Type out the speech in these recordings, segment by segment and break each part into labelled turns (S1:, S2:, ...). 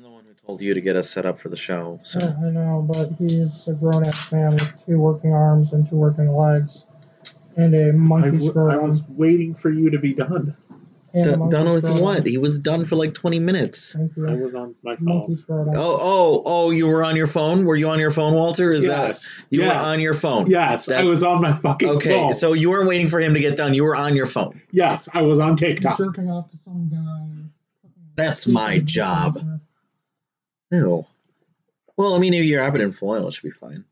S1: the one who told you to get us set up for the show. So
S2: Yeah, I know, but he's a grown ass man with two working arms and two working legs. And a
S3: I,
S2: monkey
S3: w- I
S2: scrotum.
S3: was waiting for you to be done.
S2: and a
S1: Don-
S2: monkey
S1: Donald
S2: scrotum.
S1: what? He was done for like 20 minutes.
S2: Thank
S3: I
S2: you.
S3: was on my
S2: Monkey
S3: phone.
S2: scrotum.
S1: Oh, oh, oh! You were on your phone. Were you on your phone, Walter? Is that
S3: yes.
S1: you
S3: yes.
S1: were on your phone?
S3: Yes, I
S1: That-
S3: was on my fucking
S1: Okay,
S3: phone.
S1: so you weren't waiting for him to get done. You were on your phone.
S3: yes, I was on TikTok.
S2: Jerking off to some guy.
S1: That's my job. Ew. Well, I mean, if you wrap it in foil, it should be fine.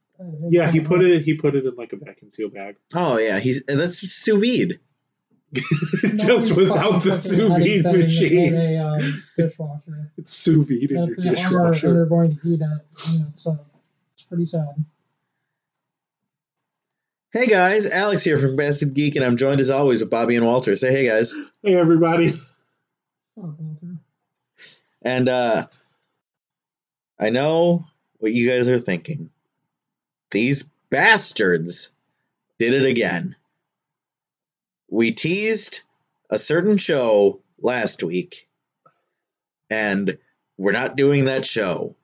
S3: Yeah, he put it. He put it in like a vacuum seal bag,
S1: Oh yeah, he's that's sous vide.
S3: just without the sous vide machine.
S2: A, um, dishwasher.
S3: It's sous vide in
S2: If
S3: your
S2: the armor
S3: dishwasher.
S2: are going to heat it, you know, so it's pretty sad.
S1: Hey guys, Alex here from Bastard Geek, and I'm joined as always with Bobby and Walter. Say hey guys,
S3: Hey everybody!
S2: Oh, Walter.
S1: and uh, I know what you guys are thinking. These bastards did it again. We teased a certain show last week, and we're not doing that show.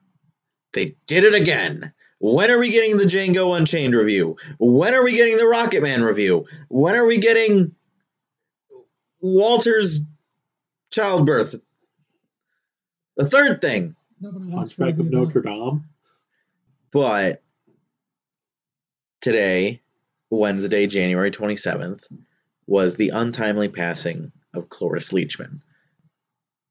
S1: They did it again. When are we getting the Django Unchained review? When are we getting the Rocket Man review? When are we getting Walter's childbirth? The third thing,
S2: Nobody wants to
S3: Hunchback of
S2: do that.
S3: Notre Dame.
S1: but today, Wednesday, January 27th, was the untimely passing of Cloris Leachman.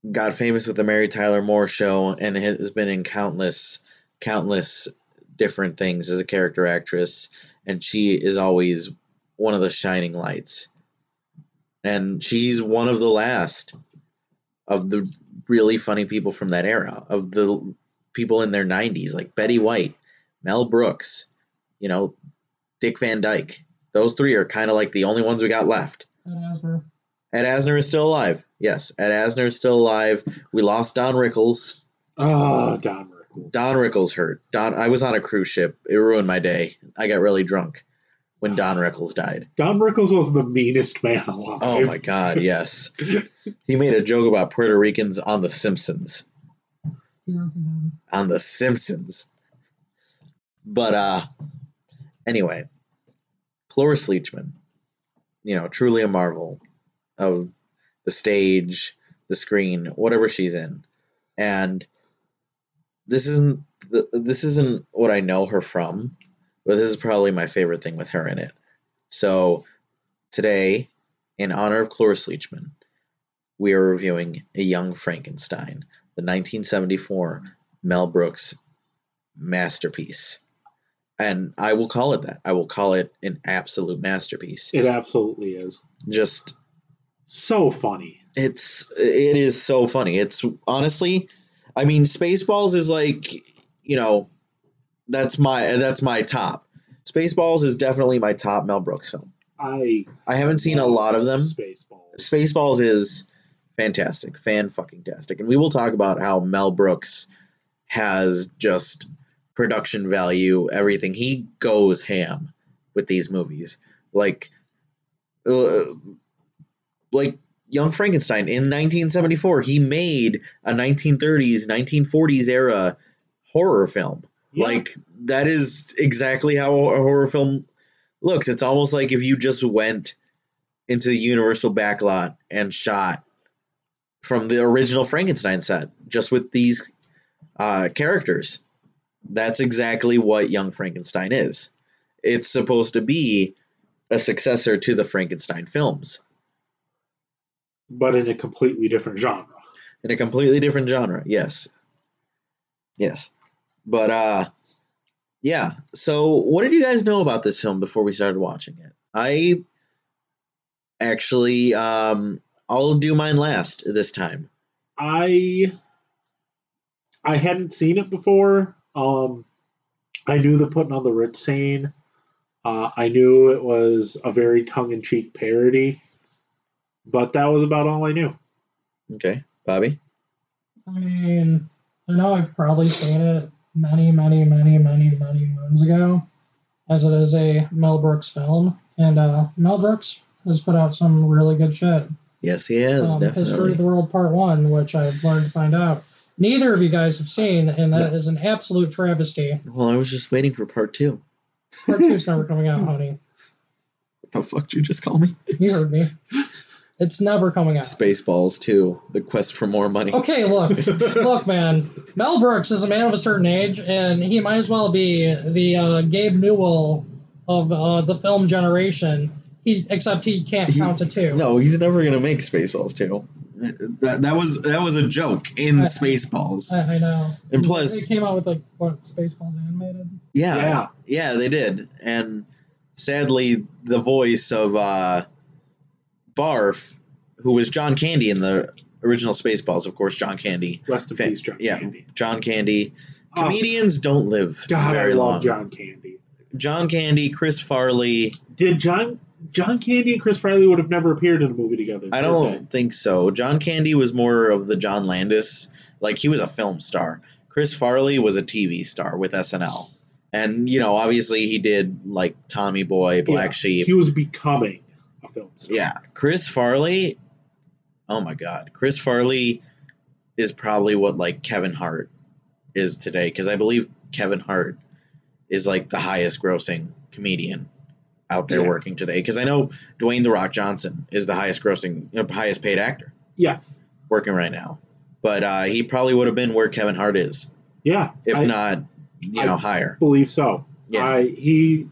S1: Got famous with the Mary Tyler Moore show and has been in countless, countless different things as a character actress, and she is always one of the shining lights. And she's one of the last of the really funny people from that era, of the people in their 90s, like Betty White, Mel Brooks, you know, Dick Van Dyke. Those three are kind of like the only ones we got left.
S2: Ed Asner.
S1: Ed Asner is still alive. Yes, Ed Asner is still alive. We lost Don Rickles.
S3: Ah, Don Rickles.
S1: Don Rickles hurt. Don I was on a cruise ship. It ruined my day. I got really drunk when Don Rickles died.
S3: Don Rickles was the meanest man alive.
S1: Oh my god, yes. He made a joke about Puerto Ricans on the Simpsons.
S2: Peter Pan.
S1: on The Simpsons. But uh anyway, Cloris Leachman, you know, truly a marvel of the stage, the screen, whatever she's in. And this isn't the, this isn't what I know her from, but this is probably my favorite thing with her in it. So today, in honor of Cloris Leachman, we are reviewing A Young Frankenstein, the 1974 Mel Brooks masterpiece. And I will call it that. I will call it an absolute masterpiece.
S3: It absolutely is.
S1: Just
S3: So funny.
S1: it's it is so funny. It's honestly, I mean, Spaceballs is like you know, that's my that's my top. Spaceballs is definitely my top Mel Brooks film.
S3: I
S1: I haven't seen a lot of them.
S3: Spaceballs.
S1: Spaceballs is fantastic, fan fucking tastic, and we will talk about how Mel Brooks has just production value, everything. He goes ham with these movies, like, uh, like Young Frankenstein in 1974. He made a 1930s, 1940s era horror film.
S3: Yeah.
S1: Like that is exactly how a horror film looks. It's almost like if you just went into the Universal backlot and shot from the original Frankenstein set, just with these uh, characters. That's exactly what Young Frankenstein is. It's supposed to be a successor to the Frankenstein films
S3: but in a completely different genre.
S1: in a completely different genre. Yes. Yes. But uh yeah. So what did you guys know about this film before we started watching it? I actually um I'll do mine last this time.
S3: I I hadn't seen it before. Um, I knew the putting on the Ritz scene. Uh, I knew it was a very tongue-in-cheek parody, but that was about all I knew.
S1: Okay. Bobby?
S2: I mean, I know I've probably seen it many, many, many, many, many moons ago, as it is a Mel Brooks film, and uh, Mel Brooks has put out some really good shit.
S1: Yes, he is,
S2: um, History
S1: definitely.
S2: of the World Part One, which I've learned to find out neither of you guys have seen, and that is an absolute travesty.
S1: Well, I was just waiting for part two.
S2: Part two's never coming out, honey.
S1: The fuck did you just call me?
S2: You heard me. It's never coming out.
S1: Spaceballs 2, The Quest for More Money.
S2: Okay, look, look, man. Mel Brooks is a man of a certain age, and he might as well be the uh, Gabe Newell of uh, the film generation. He, except he can't
S1: He-
S2: count to two.
S1: No, he's never gonna make Spaceballs 2. That, that was that was a joke in
S2: I-
S1: Spaceballs.
S2: I, I know.
S1: And plus-
S2: they came out with like what Spaceballs animated.
S1: yeah, yeah,
S3: Yeah.
S1: they did. And sadly, the voice of uh, Barf, who was John Candy in the original Spaceballs, of course, John Candy.
S3: Rest in
S1: Fan-
S3: peace, John
S1: yeah.
S3: Candy.
S1: John Candy.
S3: Oh,
S1: Comedians don't live
S3: God,
S1: very
S3: I love
S1: long.
S3: John Candy.
S1: John Candy, Chris Farley.
S3: Did John John Candy and Chris Farley would have never appeared in a movie together?
S1: I
S3: did
S1: don't
S3: they?
S1: think so. John Candy was more of the John Landis, like he was a film star. Chris Farley was a TV star with SNL, and you know, obviously he did like Tommy Boy, Black
S3: Yeah.
S1: Sheep.
S3: He was becoming a film star.
S1: Yeah, Chris Farley. Oh my God, Chris Farley is probably what like Kevin Hart is today because I believe Kevin Hart is like the highest grossing comedian out there
S3: Yeah.
S1: working today because I know Dwayne the Rock Johnson is the highest grossing, you know, highest paid actor
S3: Yes.
S1: working right now. But uh, he probably would have been where Kevin Hart is,
S3: Yeah.
S1: if
S3: I
S1: not, you
S3: I-
S1: know, higher.
S3: believe so.
S1: Yeah,
S3: I he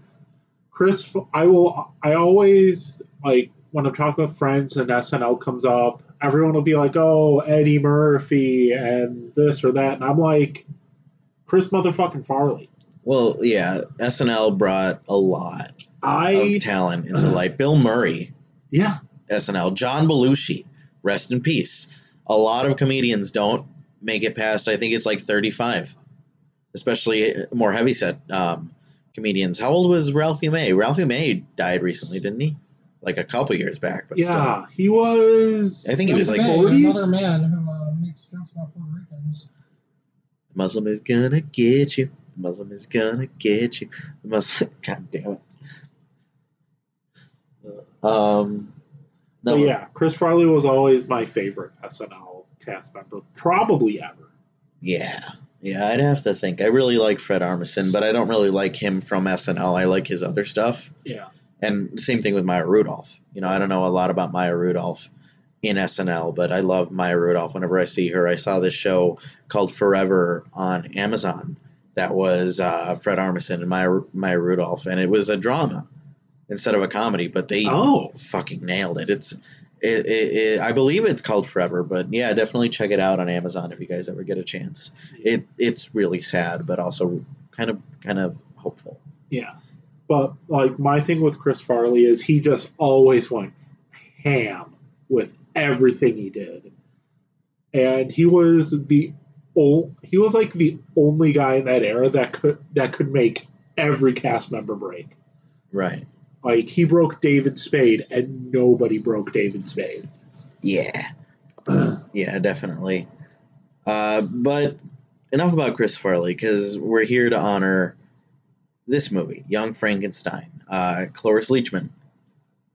S3: Chris I will I always like when I'm talking with friends and SNL comes up, everyone will be like, "Oh, Eddie Murphy and this or that." And I'm like, "Chris motherfucking Farley."
S1: well, yeah. SNL brought a lot
S3: I Uh-huh.
S1: of talent into light. Bill Murray,
S3: yeah,
S1: SNL. John Belushi, rest in peace. A lot of comedians don't make it past. I think it's like thirty-five, especially uh, more heavyset um, comedians. How old was Ralphie May? Ralphie May died recently, didn't he? Like a couple years back, but still.
S3: yeah, he was
S1: I think he was like
S2: May,
S3: 40s?
S2: another man who uh, makes jokes about Puerto Ricans.
S1: The Muslim is gonna get you. The Muslim is gonna get you. The Muslim. God damn it. Um.
S3: But yeah, Chris Farley was always my favorite SNL cast member, probably ever.
S1: Yeah. Yeah, I'd have to think. I really like Fred Armisen, but I don't really like him from SNL. I like his other stuff.
S3: Yeah.
S1: And same thing with Maya Rudolph. You know, I don't know a lot about Maya Rudolph in SNL, but I love Maya Rudolph whenever I see her. I saw this show called Forever on Amazon that was uh, Fred Armisen and Maya, Maya Rudolph, and it was a drama instead of a comedy, but they
S3: Oh,
S1: fucking nailed it. It's, it, it, it, I believe it's called Forever, but yeah, definitely check it out on Amazon if you guys ever get a chance. It it's really sad, but also kind of kind of hopeful.
S3: Yeah. But like my thing with Chris Farley is he just always went ham with everything he did. And he was the ol- he was like the only guy in that era that could that could make every cast member break.
S1: Right.
S3: Like he broke David Spade and nobody broke David Spade.
S1: Yeah. Yeah, definitely. Uh, but enough about Chris Farley because we're here to honor this movie, Young Frankenstein. Uh, Cloris Leachman,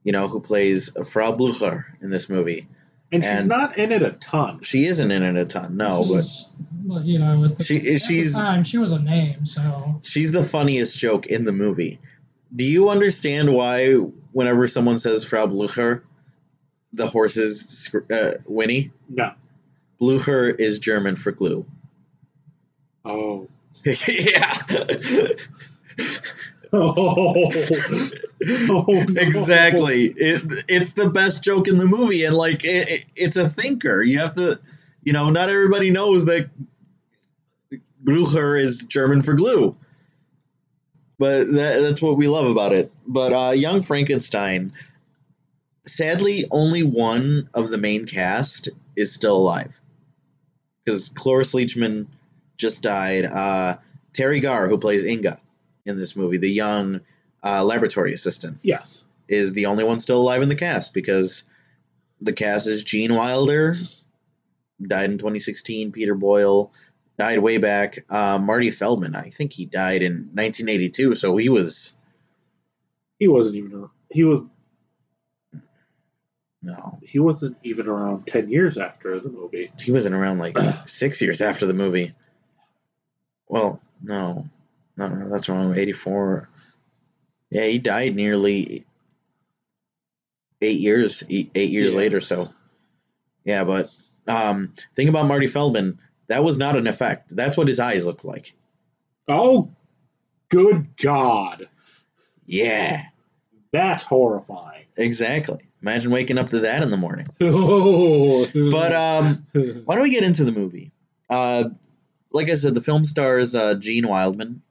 S1: you know, who plays Frau Blucher in this movie.
S3: And she's
S1: And-
S3: not in it a ton.
S1: She isn't in it a ton, no, but
S2: She's- well, you know, at the,
S1: She-
S2: at the
S1: she's-
S2: time she was a name, so
S1: She's the funniest joke in the movie. Do you understand why whenever someone says Frau Blucher, the horses sc- uh, whinny?
S3: No.
S1: Blucher is German for glue.
S3: Oh.
S1: yeah.
S3: Oh. no.
S1: exactly. It, it's the best joke in the movie, and like it, it, it's a thinker. You have to, you know, not everybody knows that Blucher is German for glue. But that, that's what we love about it. But uh, Young Frankenstein, sadly, only one of the main cast is still alive. Because Cloris Leachman just died. Uh, Terry Garr, who plays Inga in this movie, the young uh, laboratory assistant
S3: Yes.
S1: is the only one still alive in the cast because the cast is Gene Wilder, died in 2016. Peter Boyle died way back. Uh, Marty Feldman, I think he died in 1982, so he was
S3: He wasn't even a, he was
S1: No,
S3: He wasn't even around 10 years after the movie.
S1: he wasn't around like six years after the movie. Well, no, no, no, that's wrong. Eighty four. Yeah, he died nearly eight years eight, eight years
S3: Yeah.
S1: later. So, yeah, but um, think about Marty Feldman. That was not an effect. That's what his eyes looked like.
S3: Oh, good God.
S1: Yeah,
S3: That's horrifying.
S1: exactly. Imagine waking up to that in the morning.
S3: Oh.
S1: But um, Why don't we get into the movie? Uh, like I said, the film stars uh, Gene Wildman.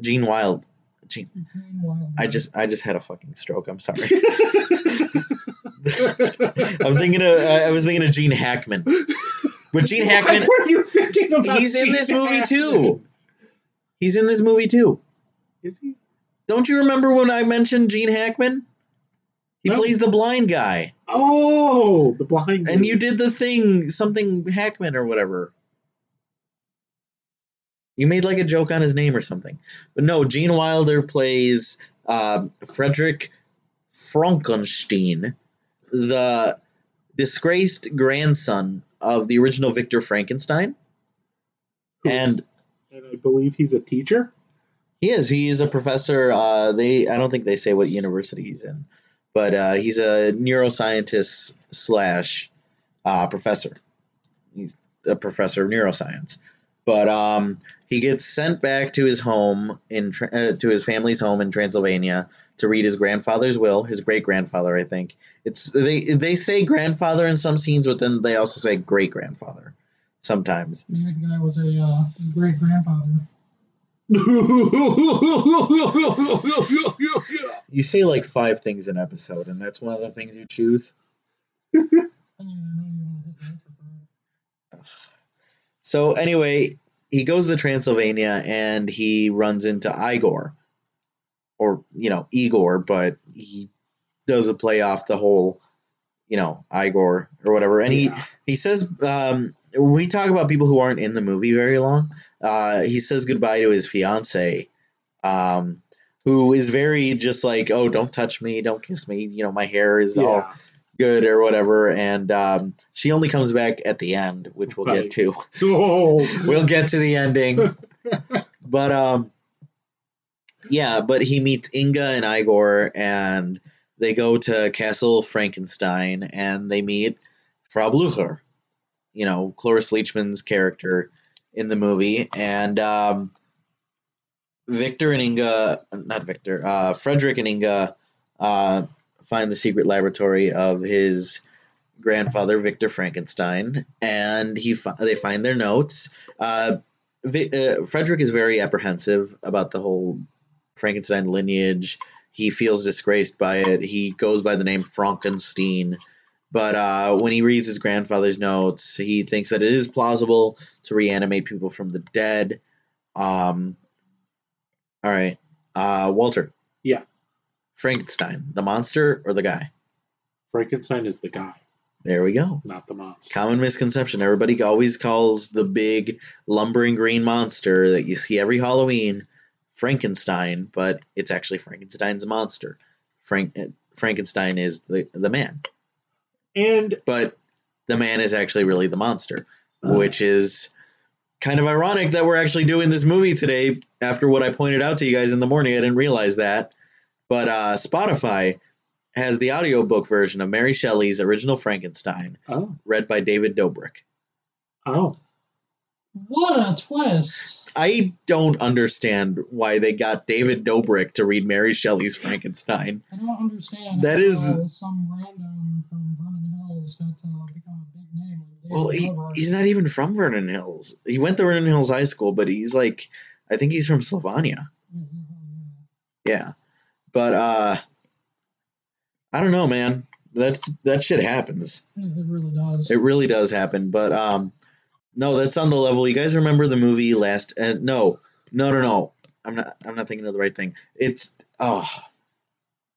S1: Gene Wild. Gene. I just I just had a fucking stroke. I'm sorry. I'm thinking of I I was thinking of Gene Hackman, but Gene Hackman
S3: Why were you thinking about
S1: He's in
S3: Gene
S1: this movie,
S3: Hackman?
S1: too. he's in this movie too.
S3: Is he?
S1: Don't you remember when I mentioned Gene Hackman? He
S3: No.
S1: plays the blind guy,
S3: Oh, the blind.
S1: and
S3: dude.
S1: you did the thing something Hackman or whatever. You made like a joke on his name or something, but no. Gene Wilder plays um, Frederick Frankenstein, the disgraced grandson of the original Victor Frankenstein, and
S3: and I believe he's a teacher.
S1: He is. He is a professor. Uh, they. I don't think they say what university he's in, but uh, he's a neuroscientist slash uh, professor. He's a professor of neuroscience, but um, he gets sent back to his home in Tra- uh, to his family's home in Transylvania to read his grandfather's will. His great grandfather, I think. It's they. They say grandfather in some scenes, but then they also say great grandfather sometimes.
S2: Maybe the guy was a uh, great grandfather.
S1: You say like five things an episode, and that's one of the things you choose.
S2: I mean, I know you want to hit the answer for it.
S1: So anyway, he goes to Transylvania and he runs into Igor, or you know Igor, but he does a play off the whole, you know Igor or whatever, and he
S3: Yeah.
S1: he says um, we talk about people who aren't in the movie very long. Uh, he says goodbye to his fiance, um, who is very just like oh don't touch me, don't kiss me, you know my hair is all
S3: Yeah.
S1: good or whatever and um, she only comes back at the end which we'll
S3: Right.
S1: get to
S3: Oh.
S1: we'll get to the ending but um yeah but he meets inga and igor and they go to castle frankenstein and they meet frau blucher you know cloris leachman's character in the movie and um victor and inga not victor uh, frederick and inga uh, find the secret laboratory of his grandfather victor frankenstein and he fi- they find their notes uh, Vi- uh, Frederick is very apprehensive about the whole Frankenstein lineage. He feels disgraced by it. He goes by the name Frankenstein. But uh, when he reads his grandfather's notes, he thinks that it is plausible to reanimate people from the dead. Um, all right. Uh, Walter.
S3: Yeah.
S1: Frankenstein, the monster or the guy?
S3: Frankenstein is the guy,
S1: There we go.
S3: not the monster.
S1: Common misconception. Everybody always calls the big lumbering green monster that you see every Halloween Frankenstein, but it's actually Frankenstein's monster. Frank uh, Frankenstein is the the man,
S3: And
S1: but the man is actually really the monster, which is kind of ironic that we're actually doing this movie today after what I pointed out to you guys in the morning. I didn't realize that. But uh, Spotify has the audiobook version of Mary Shelley's original Frankenstein,
S3: oh,
S1: read by David Dobrik.
S3: oh,
S2: What a twist!
S1: I don't understand why they got David Dobrik to read Mary Shelley's Frankenstein.
S2: I don't understand.
S1: That
S2: how
S1: is-
S2: some random from Vernon Hills got to become a big name. with David
S1: Well, he,
S2: Dobrik.
S1: he's not even from Vernon Hills. He went to Vernon Hills High School, but he's like, I think he's from Slovenia.
S2: Yeah, yeah, yeah.
S1: Yeah, but uh, I don't know, man. That's that shit happens.
S2: It it really does.
S1: It really does happen. But um, no, that's on the level. You guys remember the movie last? Uh, no, no, no, no. I'm not. I'm not thinking of the right thing. It's oh,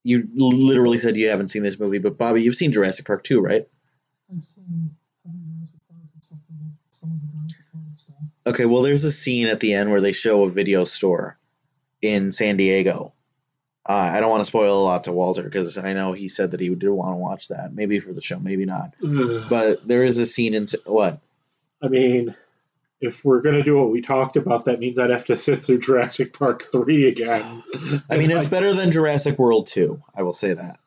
S1: you literally said you haven't seen this movie, but Bobby, you've seen Jurassic Park too, right?
S2: I've seen other Jurassic Park except for the, some of the Jurassic Park stuff.
S1: Okay, well, there's a scene at the end where they show a video store in San Diego, Uh, I don't want to spoil a lot to Walter because I know he said that he did want to watch that. Maybe for the show, maybe not.
S3: But
S1: But there is a scene in what?
S3: I mean, if we're gonna do what we talked about, that means I'd have to sit through Jurassic Park three again.
S1: I mean, it's better than Jurassic World 2. I will say that.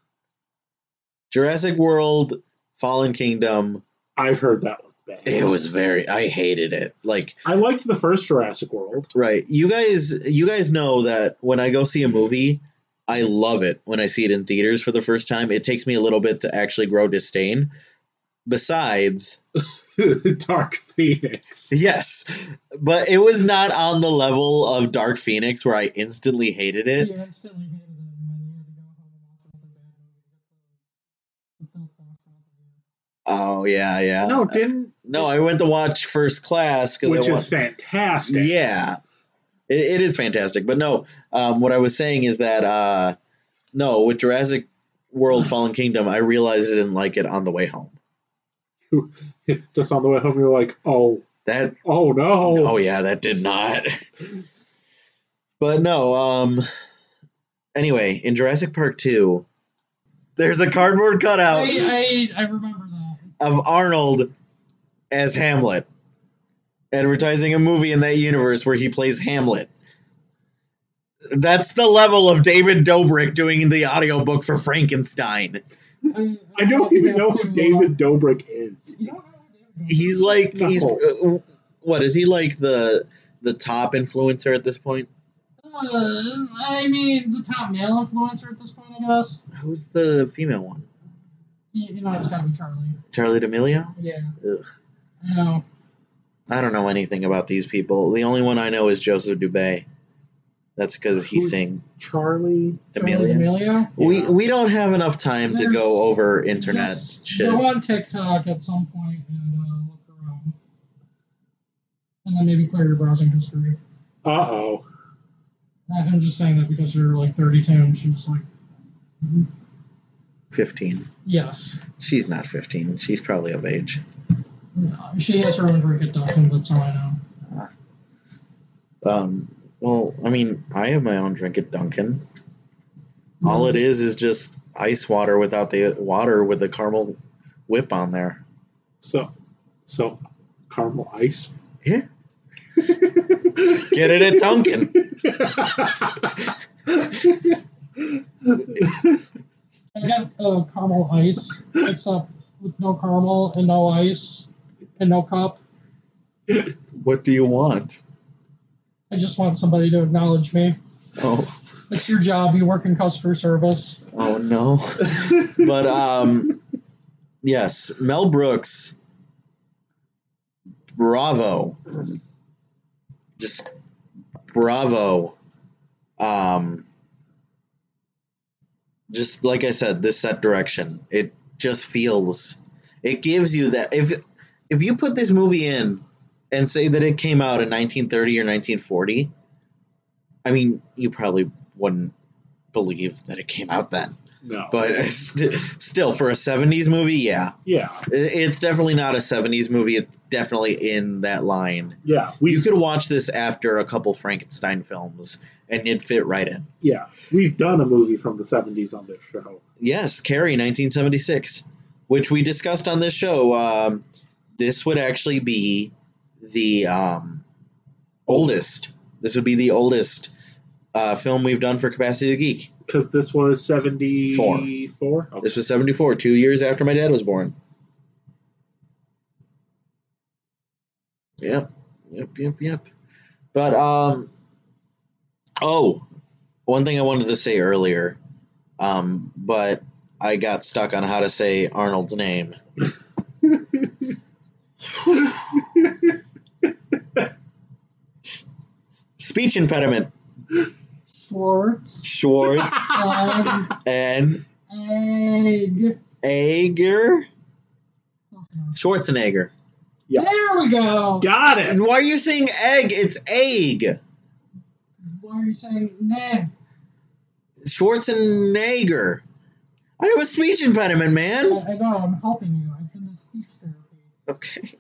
S1: Jurassic World, Fallen Kingdom,
S3: I've heard that one. Bad.
S1: it was very. I hated it. Like,
S3: I liked the first Jurassic World.
S1: right. You guys, you guys know that when I go see a movie, I love it when I see it in theaters for the first time. It takes me a little bit to actually grow disdain. Besides,
S3: Dark Phoenix.
S1: yes, but it was not on the level of Dark Phoenix where I instantly hated it.
S2: You instantly hated it, and then you had to go home and watch another bad movie to get the- the filth washed off of
S1: Oh
S2: you.
S1: yeah, yeah.
S3: No, it didn't
S1: No, I went to watch First Class because I
S3: which
S1: wa-
S3: is fantastic.
S1: Yeah, it, it is fantastic. But no, um, what I was saying is that uh, no, with Jurassic World: Fallen Kingdom, I realized I didn't like it on the way home.
S3: Just on the way home, you're like, oh,
S1: That
S3: oh no.
S1: oh yeah, that did not. but no, um, anyway, in Jurassic Park Two, there's a cardboard cutout
S2: I, I, I remember that.
S1: of Arnold as Hamlet, advertising a movie in that universe where he plays Hamlet. That's the level of David Dobrik doing the audiobook for Frankenstein.
S2: I,
S3: I don't even know who David Dobrik is.
S2: You don't know who David
S1: He's like
S3: No.
S1: he's uh, what is he like the the top influencer at this point?
S2: Uh, I mean, the top male influencer at this point, I guess.
S1: Who's the female one?
S2: You, you know, it's gotta be Charlie.
S1: Charlie D'Amelio?
S2: Yeah.
S1: Ugh.
S2: I know.
S1: I don't know anything about these people. The only one I know is Joseph Dubé. That's because he
S3: Who's-
S1: sang
S3: Charlie.
S2: Charli
S1: D'Amelio.
S2: D'Amelio.
S1: We
S3: Yeah.
S1: we don't have enough time to go
S2: There's
S1: over internet
S2: Just
S1: shit.
S2: Go on TikTok at some point and uh, look around. And then maybe clear your browsing history.
S3: Uh oh.
S2: I- I'm just saying that because you're like 32 and she's like,
S1: Fifteen.
S2: yes.
S1: She's not fifteen. She's probably of age.
S2: No, She has her own drink addiction, that's all I know.
S1: Um, well, I mean, I have my own drink at Dunkin'. All it is is just ice water without the water with the caramel whip on there.
S3: So, so caramel ice.
S1: Yeah. Get it at Dunkin'.
S2: I got uh, caramel ice, except with no caramel and no ice and no cup.
S1: what do you want?
S2: I just want somebody to acknowledge me.
S1: Oh,
S2: It's your job. You work in customer service.
S1: oh no. but um, yes, Mel Brooks. Bravo. Just bravo. Um, just like I said, this set direction. It just feels. It gives you that if if you put this movie in and say that it came out in 1930 or 1940, I mean, you probably wouldn't believe that it came out then
S3: no.
S1: but st- still for a 70s movie yeah
S3: yeah,
S1: I- it's definitely not a 70s movie it's definitely in that line
S3: yeah, we
S1: you could watch this after a couple frankenstein films and it'd fit right in
S3: yeah we've done a movie from the seventies on this show.
S1: yes carrie 1976 which we discussed on this show um, this would actually be the um, oldest this would be the oldest uh, film we've done for capacity the geek
S3: because this was 74. Okay.
S1: this was 74 two years after my dad was born yep yep yep yep but um oh one thing i wanted to say earlier um but i got stuck on how to say arnold's name speech impediment
S2: Schwartz.
S1: schwartz
S2: Egg.
S1: and
S2: Egg.
S1: Ager
S2: Close enough.
S1: schwarzenegger
S3: Yes.
S2: There we go.
S3: Got it.
S1: And why are you saying egg? It's egg.
S2: Why are you saying nah?
S1: Schwarzenegger. I have a speech impediment,
S2: I,
S1: man.
S2: I know. I'm helping you. I've been to speech therapy.
S1: Okay.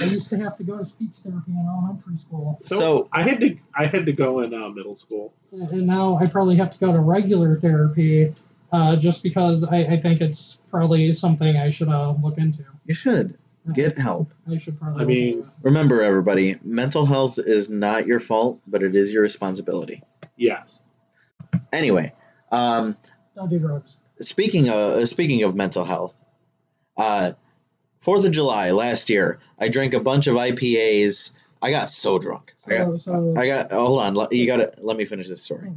S2: I used to have to go to speech therapy in elementary school,
S3: So,
S1: So-
S3: I had to I had to go in uh, middle school.
S2: and now I probably have to go to regular therapy, uh, just because I, I think it's probably something I should uh, look into.
S1: You should get help.
S2: I should probably.
S3: I mean-
S2: look into
S1: Remember, everybody, mental health is not your fault, but it is your responsibility.
S3: Yes.
S1: Anyway, um,
S2: it. don't do drugs.
S1: speaking of uh, speaking of mental health, uh, Fourth of July last year, I drank a bunch of IPAs. I got so drunk. I got,
S2: So, so
S1: I got. Hold on, let- you gotta let me finish this story.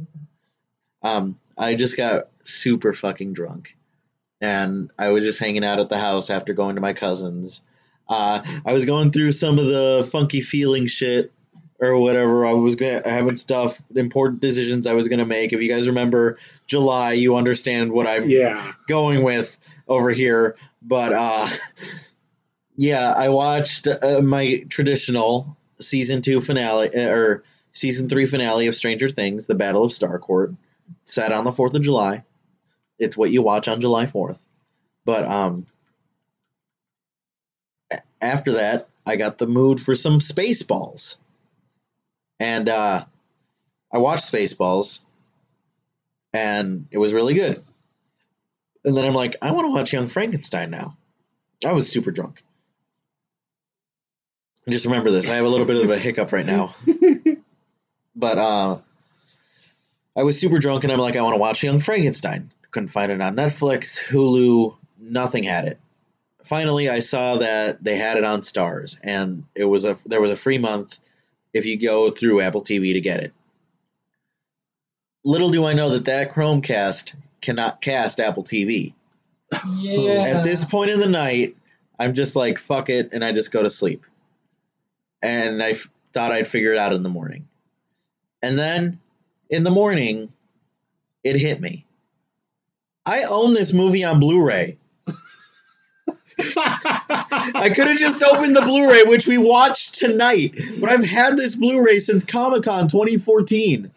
S1: Um, I just got super fucking drunk, and I was just hanging out at the house after going to my cousins. Uh, I was going through some of the funky feeling shit or whatever. I was gonna having stuff important decisions I was gonna make. If you guys remember July, you understand what I'm
S3: Yeah.
S1: going with over here. But uh, yeah, I watched uh, my traditional season two finale uh, or season three finale of Stranger Things, The Battle of Starcourt, set on the Fourth of July. It's what you watch on July Fourth. But um, a- after that, I got the mood for some Spaceballs, and uh, I watched Spaceballs, and it was really good. And then I'm like, I want to watch Young Frankenstein now. I was super drunk. Just remember this. I have a little bit of a hiccup right now. but uh, I was super drunk and I'm like, I want to watch Young Frankenstein. Couldn't find it on Netflix, Hulu, nothing had it. Finally, I saw that they had it on Stars and it was a there was a free month if you go through Apple TV to get it. Little do I know that that Chromecast cannot cast Apple TV.
S2: Yeah.
S1: At this point in the night, I'm just like, fuck it, and I just go to sleep. And I f- thought I'd figure it out in the morning. And then in the morning, it hit me. I own this movie on Blu ray. I could have just opened the Blu ray, which we watched tonight, but I've had this Blu ray since Comic Con 2014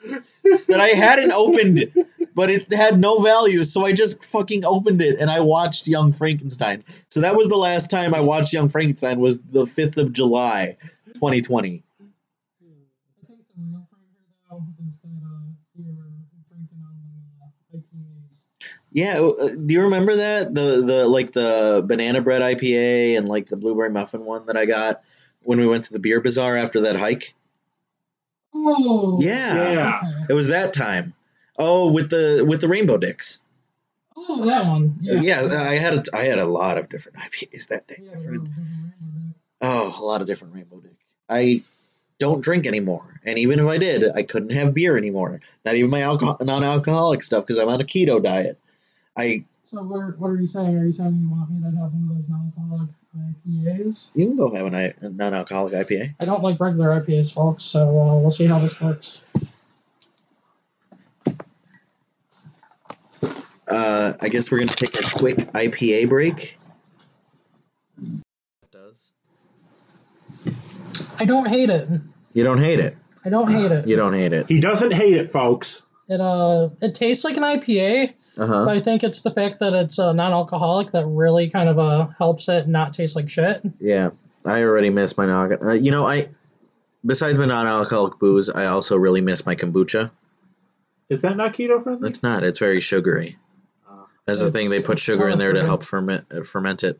S1: that I hadn't opened, but it had no value, so I just fucking opened it and I watched Young Frankenstein. So that was the last time I watched Young Frankenstein was the 5th of July, 2020.
S2: I think the real thing here, though, is that uh, you're drinking on the uh, IPAs.
S1: Yeah, uh, do you remember that the the like the banana bread IPA and like the blueberry muffin one that I got when we went to the beer bazaar after that hike?
S2: Oh.
S1: Yeah.
S3: Yeah.
S2: Okay.
S1: It was that time. Oh, with the with the rainbow dicks.
S2: Oh, that one. Yeah.
S1: Yeah, uh, I had a, I had a lot of different IPAs that day.
S2: Yeah, we were- we were remember
S1: Oh, a lot of different Rainbow Dick. I don't drink anymore, and even if I did, I couldn't have beer anymore. Not even my alcohol, non-alcoholic stuff because I'm on a keto diet. I
S2: that. So what what are you saying? Are you saying you want me to have one of those non-alcoholic IPAs?
S1: you can go have an I, a non-alcoholic IPA.
S2: I don't like regular IPAs, folks. So uh, we'll see how this works.
S1: Uh, I guess we're gonna take a quick IPA break. Does
S2: I don't hate it.
S1: you don't hate it?
S2: I don't hate it.
S1: You don't hate it?
S3: he doesn't hate it, folks.
S2: It uh, it tastes like an IPA,
S1: Uh huh.
S2: but I think it's the fact that it's uh, non-alcoholic that really kind of uh helps it not taste like shit.
S1: Yeah, I already miss my non. Uh, you know, I besides my non-alcoholic booze, I also really miss my kombucha.
S3: Is that not keto friendly?
S1: It's not. It's very sugary.
S3: Uh,
S1: That's the thing. They
S2: It's-
S1: put
S2: it's
S1: sugar in there to
S2: fermented.
S1: help ferment uh, ferment it.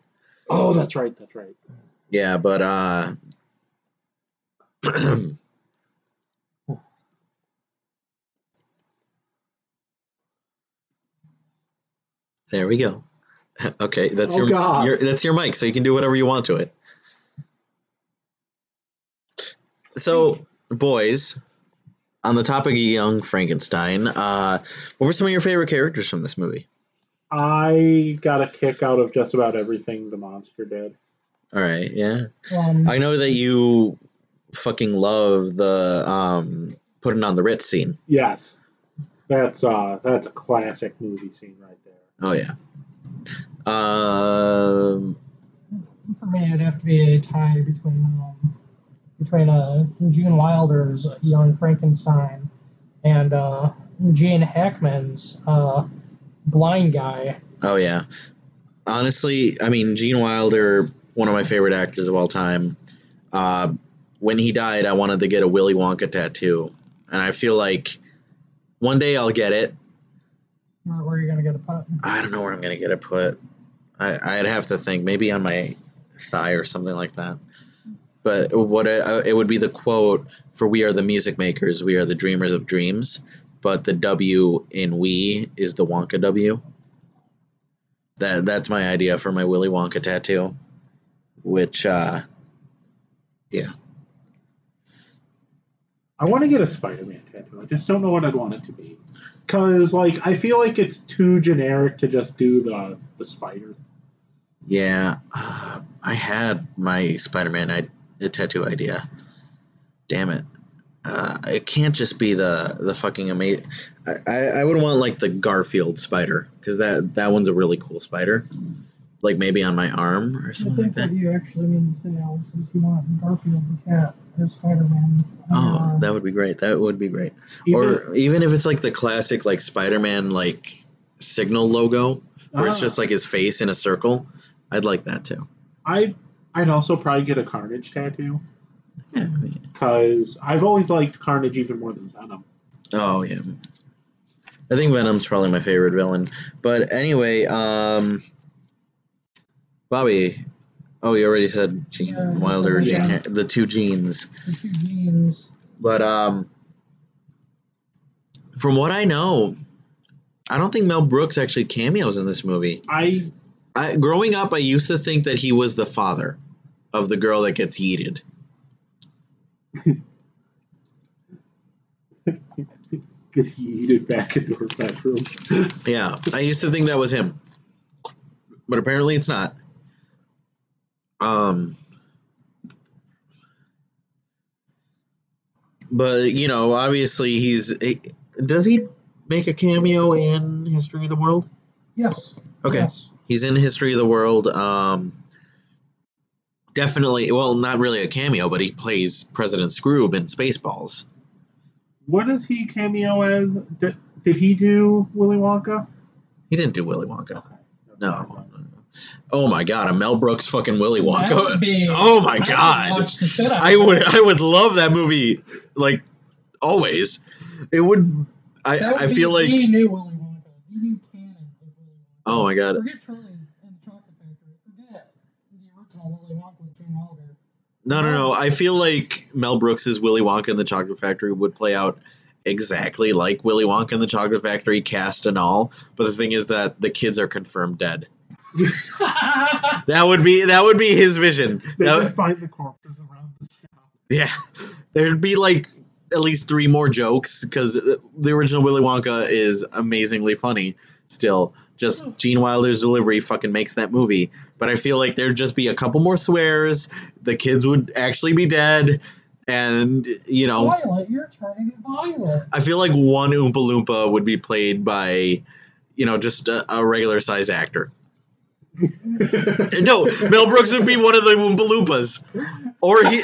S3: oh, that's right. That's right.
S1: Yeah, but uh, there we go. okay, that's
S3: Oh,
S1: your,
S3: God.
S1: your that's your mic, so you can do whatever you want to it. So, boys, on the topic of young Frankenstein, uh, what were some of your favorite characters from this movie?
S3: I got a kick out of just about everything the monster did.
S1: All right, yeah.
S2: Um,
S1: I know that you fucking love the um putting on the Ritz scene.
S3: Yes, that's uh, that's a classic movie scene right there.
S1: Oh yeah. Um
S2: for me, it'd have to be a tie between um, between uh, Gene Wilder's Young Frankenstein and uh, Gene Hackman's uh, Blind Guy.
S1: oh yeah. Honestly, I mean Gene Wilder, one of my favorite actors of all time. Uh, when he died, I wanted to get a Willy Wonka tattoo, and I feel like one day I'll get it.
S2: Where where are you going to get a put?
S1: I don't know where I'm gonna get it put. I, I'd have to think maybe on my thigh or something like that. But what I, it would be the quote for "We are the music makers, we are the dreamers of dreams," but the W in "we" is the Wonka W. That that's my idea for my Willy Wonka tattoo, which uh,
S3: I want to get a Spider-Man tattoo. I just don't know what I'd want it to be. Cause like I feel like it's too generic to just do the the spider.
S1: yeah, uh, I had my Spider-Man I, tattoo idea. Damn it. Uh, it can't just be the the fucking amazing. I, I, I would want like the Garfield spider because that that one's a really cool spider. Like maybe on my arm or
S2: I
S1: something like
S2: think
S1: that.
S2: what you actually mean to say, Alex, is you want Garfield the cat as uh, Spider Man.
S1: Oh, that would be great. That would be great.
S3: Either-
S1: Or even if it's like the classic like Spider-Man like signal logo where it's
S3: Ah.
S1: just like his face in a circle. I'd like that too.
S3: I I'd also probably get a Carnage tattoo
S1: Yeah, I mean-
S3: because I've always liked Carnage even more than Venom.
S1: Oh yeah. I think Venom's probably my favorite villain. But anyway, um Bobby. Oh, you already said Gene
S2: Yeah, I just
S1: Wilder,
S2: said
S1: Gene
S3: Gene.
S1: Ha- the two genes.
S2: The two jeans.
S1: But um from what I know, I don't think Mel Brooks actually cameos in this movie.
S3: I
S1: I, growing up, I used to think that he was the father of the girl that gets yeeted.
S3: get yeeted back into her bedroom.
S1: Yeah, I used to think that was him, but apparently it's not. Um, but you know, obviously he's. he- Does he make a cameo in History of the World?
S2: Yes.
S1: Okay,
S2: Yes.
S1: he's in History of the World. Um, definitely. Well, not really a cameo, but he plays President Scroob in Spaceballs.
S3: What does he cameo as? Did, did he do Willy Wonka?
S1: He didn't do Willy Wonka. No. Oh my god, a Mel Brooks fucking Willy
S2: That would
S1: Wonka.
S2: be-
S1: Oh my
S2: I would
S1: god.
S2: watch the shit out
S1: I
S2: of
S1: would
S2: that.
S1: I would love that movie like always. It would I
S2: That would
S1: I
S2: be
S1: feel like
S2: the new Willy Wonka, the new canon of Willy Wonka.
S1: oh my god.
S2: Forget Charlie and the Chocolate Factory. Forget the original Willy Wonka with Gene Wilder.
S1: No, no, no. I feel like Mel Brooks's Willy Wonka and the Chocolate Factory would play out exactly like Willy Wonka and the Chocolate Factory cast and all, but the thing is that the kids are confirmed dead. That would be that would be his vision.
S3: They
S1: That-
S3: just find the corpses around the shop.
S1: Yeah, there'd be like at least three more jokes because the original Willy Wonka is amazingly funny. Still, just Gene Wilder's delivery fucking makes that movie. But I feel like there'd just be a couple more swears. The kids would actually be dead, and you know,
S2: Violet, you're turning violet.
S1: I feel like one Oompa Loompa would be played by, you know, just a, a regular size actor. No, Mel Brooks would be one of the Oompa Loompas, or he,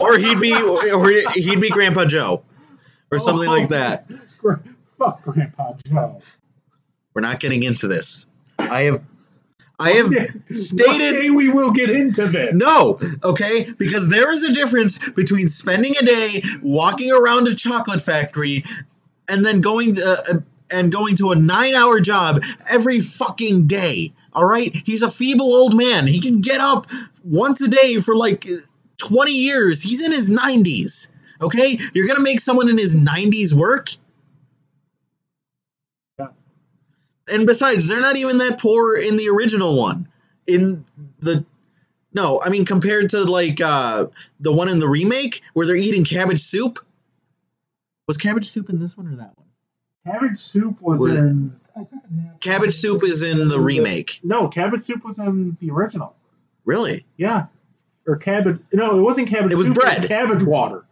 S1: or he'd be, or he'd be Grandpa Joe, or something like that.
S3: Gra- Fuck Grandpa Joe.
S1: We're not getting into this. I have, I have stated-
S3: One day we will get into this.
S1: no, okay, because there is a difference between spending a day walking around a chocolate factory, and then going to, and going to a nine-hour job every fucking day. All right, he's a feeble old man. He can get up once a day for like twenty years. He's in his nineties. Okay, you're gonna make someone in his nineties work.
S3: Yeah.
S1: And besides, they're not even that poor in the original one. In the no, I mean compared to like uh the one in the remake where they're eating cabbage soup. Was cabbage soup in this one or that one?
S3: Cabbage soup was
S1: Was-
S3: in.
S2: I took a nap.
S1: Cabbage soup is in the remake.
S3: No, cabbage soup was in the original.
S1: Really?
S3: Yeah. Or cabbage. No, it wasn't cabbage
S1: It was
S3: soup.
S1: bread.
S3: cabbage water.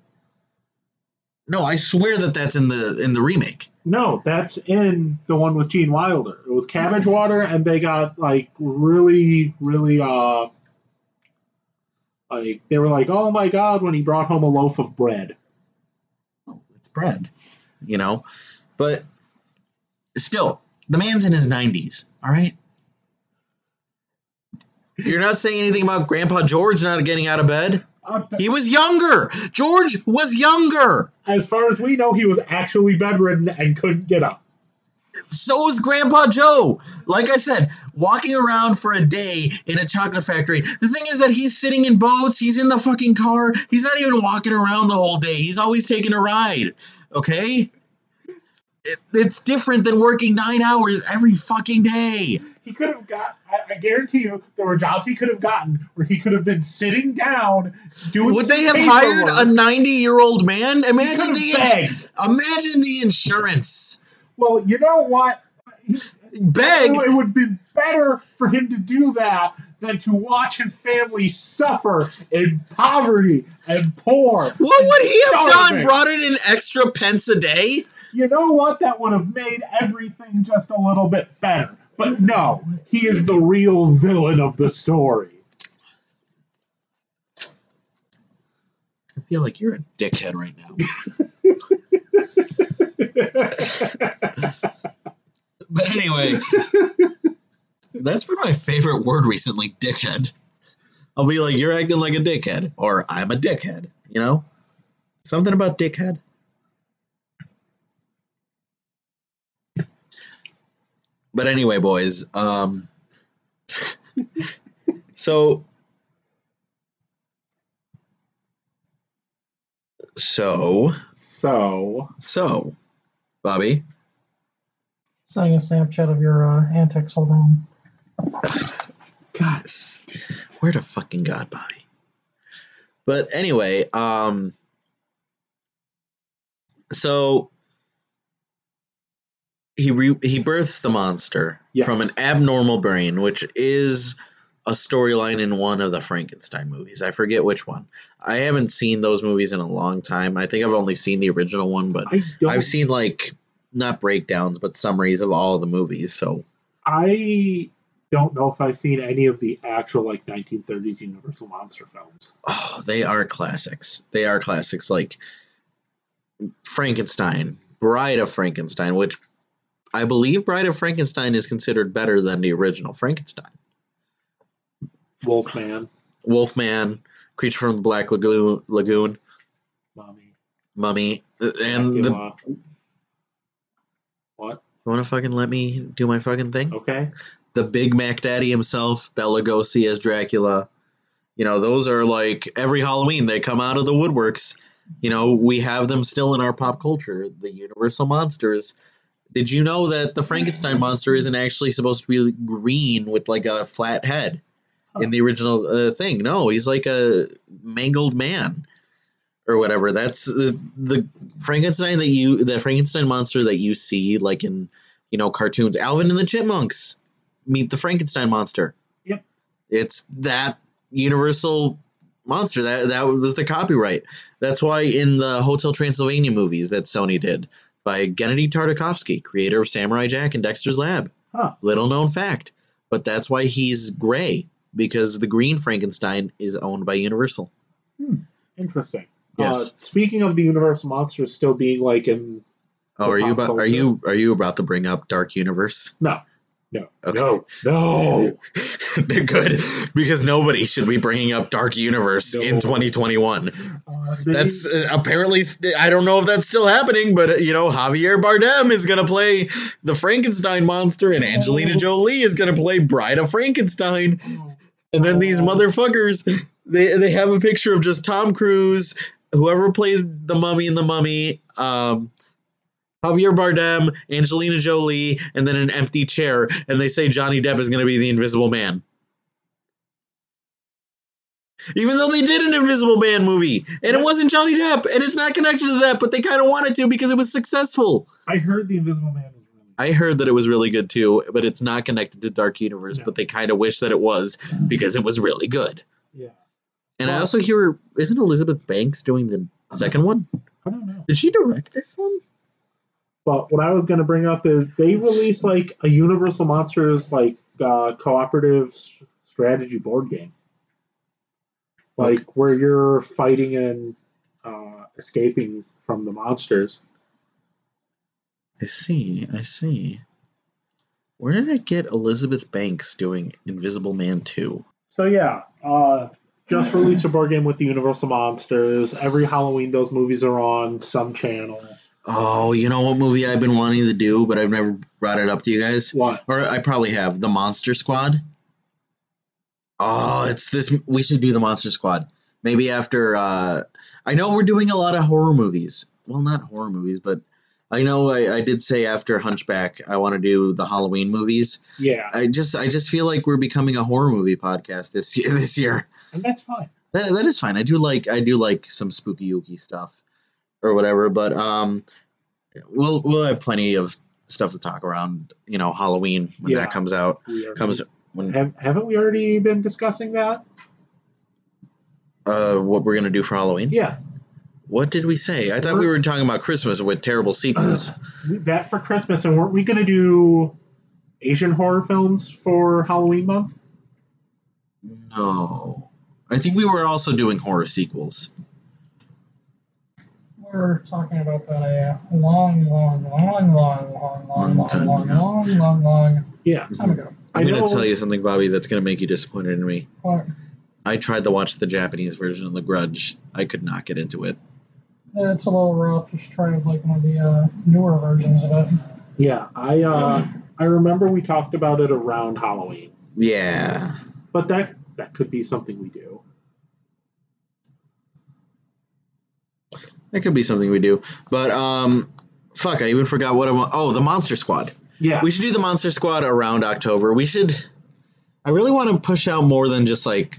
S1: No, I swear that that's in the in the remake.
S3: No, that's in the one with Gene Wilder. It was cabbage
S1: Oh.
S3: water, and they got like really, really, uh, like they were like, "Oh my god!" when he brought home a loaf of bread.
S1: Oh, it's bread, you know. But still, the man's in his nineties. All right. You're not saying anything about Grandpa George not getting out of bed.
S3: Uh,
S1: He was younger. George was younger.
S3: as far as we know, he was actually bedridden and couldn't get up.
S1: So was Grandpa Joe. Like I said, walking around for a day in a chocolate factory. The thing is that he's sitting in boats, he's in the fucking car, he's not even walking around the whole day. He's always taking a ride. Okay? It, it's different than working nine hours every fucking day.
S3: He could have got. I, I guarantee you, there were jobs he could have gotten where he could have been sitting down doing.
S1: Would
S3: some
S1: they have
S3: paperwork.
S1: hired a 90 year old man?
S3: He could
S1: Imagine
S3: have
S1: the,
S3: begged.
S1: imagine the insurance.
S3: Well, you know what?
S1: Beg.
S3: It would be better for him to do that than to watch his family suffer in poverty and poor.
S1: What would he have done?
S3: Starving.
S1: Brought in an extra pence a day?
S3: You know what? That would have made everything just a little bit better. But no, he is the real villain of the story.
S1: I feel like you're a dickhead right now. but anyway, that's been my favorite word recently, dickhead. I'll be like, you're acting like a dickhead, or I'm a dickhead, you know? Something about dickhead. But anyway, boys, um, so so
S3: So,
S1: so Bobby,
S2: Sending a Snapchat of your uh, antics. Hold on.
S1: God, s- where to fucking God, Bobby? But anyway, um, so he re- he births the monster
S3: Yeah.
S1: from an abnormal brain, which is a storyline in one of the Frankenstein movies. I forget which one. I haven't seen those movies in a long time. I think I've only seen the original one, but
S3: I don't.
S1: I've seen like not breakdowns, but summaries of all of the movies. So
S3: I don't know if I've seen any of the actual like 1930s Universal monster films.
S1: oh, they are classics. They are classics like Frankenstein, Bride of Frankenstein, which I believe Bride of Frankenstein is considered better than the original Frankenstein.
S3: Wolfman,
S1: Wolfman, Creature from the Black Lagoon, Lagoon
S3: Mommy,
S1: Mummy, uh, and the,
S3: Dracula. what?
S1: you want to fucking let me do my fucking thing?
S3: Okay,
S1: the Big Mac Daddy himself, Bela Lugosi as Dracula. You know, those are like every Halloween they come out of the woodworks. You know, we have them still in our pop culture, the Universal monsters. Did you know that the Frankenstein monster isn't actually supposed to be green with like a flat head in the original uh, thing? No, he's like a mangled man or whatever. That's the, the Frankenstein that you the Frankenstein monster that you see like in, you know, cartoons. Alvin and the Chipmunks meet the Frankenstein monster.
S3: Yep.
S1: It's that universal monster. That that was the copyright. That's why in the Hotel Transylvania movies that Sony did by Gennady Tartakovsky, creator of Samurai Jack and Dexter's Lab.
S3: Huh.
S1: Little known fact. But that's why he's gray, because the green Frankenstein is owned by Universal.
S3: interesting.
S1: Yes.
S3: Uh, speaking of the Universal monsters still being like in
S1: oh, are you
S3: pop
S1: about are
S3: culture.
S1: you are you about to bring up Dark Universe?
S3: no, no,
S1: Okay.
S3: no, no.
S1: They're good. Because nobody should be bringing up Dark Universe in
S3: No.
S1: 2021.
S2: Uh,
S3: They-
S1: That's uh, apparently. st- I don't know if that's still happening, but uh, you know, Javier Bardem is gonna play the Frankenstein monster, and Angelina
S2: Oh.
S1: Jolie is gonna play Bride of Frankenstein, and then these
S3: Oh.
S1: motherfuckers, they they have a picture of just Tom Cruise, whoever played the Mummy in the Mummy, um, Javier Bardem, Angelina Jolie, and then an empty chair, and they say Johnny Depp is gonna be the Invisible Man. Even though they did an Invisible Man movie, and it wasn't Johnny Depp, and it's not connected to that, but they kind of wanted to because it was successful.
S3: I heard the Invisible Man was really.
S1: I heard that it was really good too, but it's not connected to Dark Universe,
S3: No.
S1: but they kind of wish that it was because it was really good.
S3: yeah,
S1: And I
S3: Well-
S1: also hear isn't Elizabeth Banks doing the second one?
S3: I don't know.
S1: Did she direct this one?
S3: But what I was going to bring up is they released like a Universal Monsters like uh, cooperative s- strategy board game, like where you're fighting and uh, escaping from the monsters.
S1: I see, I see. Where did I get Elizabeth Banks doing Invisible Man 2?
S3: So yeah, uh, just released a board game with the Universal Monsters. Every Halloween, those movies are on some channel.
S1: Oh, you know what movie I've been wanting to do, but I've never brought it up to you guys?
S3: What?
S1: Or I probably have. The Monster Squad. Oh, it's this. We should do the Monster Squad. Maybe after. Uh, I know we're doing a lot of horror movies. Well, not horror movies, but I know I, I did say after Hunchback, I want to do the Halloween movies.
S3: Yeah,
S1: I just, I just feel like we're becoming a horror movie podcast this year. This year.
S3: and that's fine.
S1: That, that is fine. I do like I do like some spooky ooky stuff or whatever, but um we'll we'll have plenty of stuff to talk around, you know, Halloween when
S3: Yeah.
S1: that comes out.
S3: We already-
S1: Comes when
S3: Have, haven't we already been discussing that?
S1: uh what we're gonna do for Halloween.
S3: Yeah,
S1: What did we say? I thought we were talking about Christmas with terrible sequels.
S3: we- that for Christmas, and weren't we going to do Asian horror films for Halloween month?
S1: no. I think we were also doing horror sequels.
S2: We were talking about that a long, long, long, long, long, long, long,
S1: Long time
S2: long,
S1: ago.
S2: long, long, long
S3: Yeah,
S2: time ago.
S1: I'm
S3: I
S1: gonna
S3: know-
S1: tell you something, Bobby, that's gonna make you disappointed in me.
S2: But
S1: I tried to watch the Japanese version of The Grudge. I could not get into it.
S2: it's a little rough. You should try like one of the uh, newer versions of it.
S3: yeah. I uh, I remember we talked about it around Halloween,
S1: Yeah.
S3: but that that could be something we do.
S1: That could be something we do. But um fuck, I even forgot what I want. Oh, the Monster Squad.
S3: Yeah,
S1: We should do the Monster Squad around October. We should I really want to push out more than just like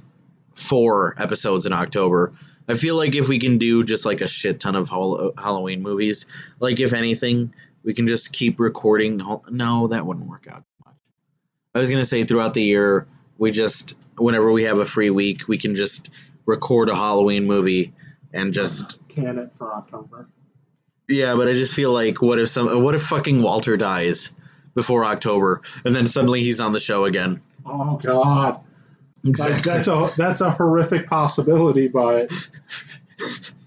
S1: four episodes in October. I feel like if we can do just like a shit ton of Hall- Halloween movies, like if anything, we can just keep recording. Hol- No, that wouldn't work out much. I was going to say throughout the year, we just whenever we have a free week, we can just record a Halloween movie and just
S3: can it for October.
S1: yeah, but I just feel like what if some what if fucking Walter dies before October and then suddenly he's on the show again.
S3: Oh God, Like, that's a that's a horrific possibility, but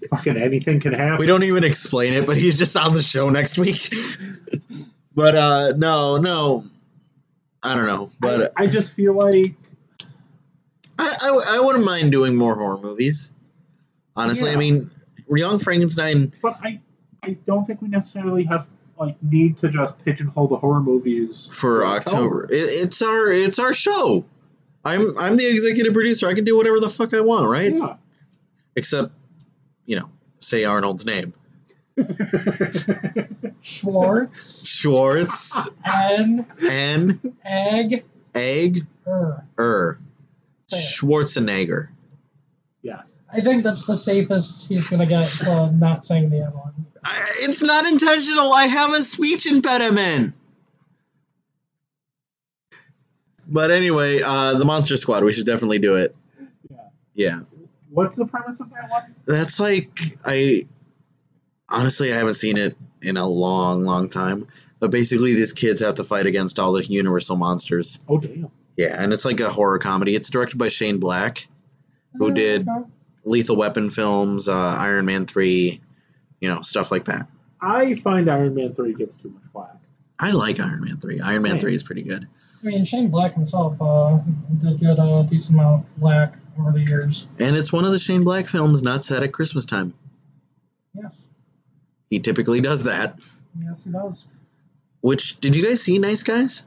S3: fucking anything can happen.
S1: we don't even explain it, but he's just on the show next week. but uh no, no. I don't know. But uh,
S3: I, I just feel like
S1: I, I I wouldn't mind doing more horror movies. Honestly,
S3: Yeah.
S1: I mean Young Frankenstein
S3: but I I don't think we necessarily have like need to just pigeonhole the horror movies
S1: for October. It, it's our it's our show. I'm I'm the executive producer. I can do whatever the fuck I want, right?
S3: Yeah.
S1: Except, you know, say Arnold's name.
S2: Schwartz
S1: Schwartz
S2: and
S1: N
S2: egg.
S1: egg
S2: er.
S1: er
S2: Say it.
S1: Schwarzenegger.
S3: yes.
S2: I think that's the safest he's gonna get to not saying the M one.
S1: I, it's not intentional. I have a speech impediment. But anyway, uh, the Monster Squad. We should definitely do it.
S3: Yeah.
S1: Yeah,
S3: What's the premise of that one?
S1: that's like I. Honestly, I haven't seen it in a long, long time. But basically, these kids have to fight against all the Universal monsters.
S3: Oh damn.
S1: Yeah, and it's like a horror comedy. It's directed by Shane Black.
S2: Uh,
S1: Who did? Lethal Weapon films, uh, Iron Man 3, you know, stuff like that.
S3: I find Iron Man three gets too much flack.
S1: I like Iron Man 3. Iron Man
S3: Same.
S1: 3 is pretty good.
S2: I mean, Shane Black himself uh, did get a decent amount of flack over the years.
S1: And it's one of the Shane Black films not set at Christmas time.
S2: Yes,
S1: He typically does that.
S2: yes, he does.
S1: Which, did you guys see Nice Guys?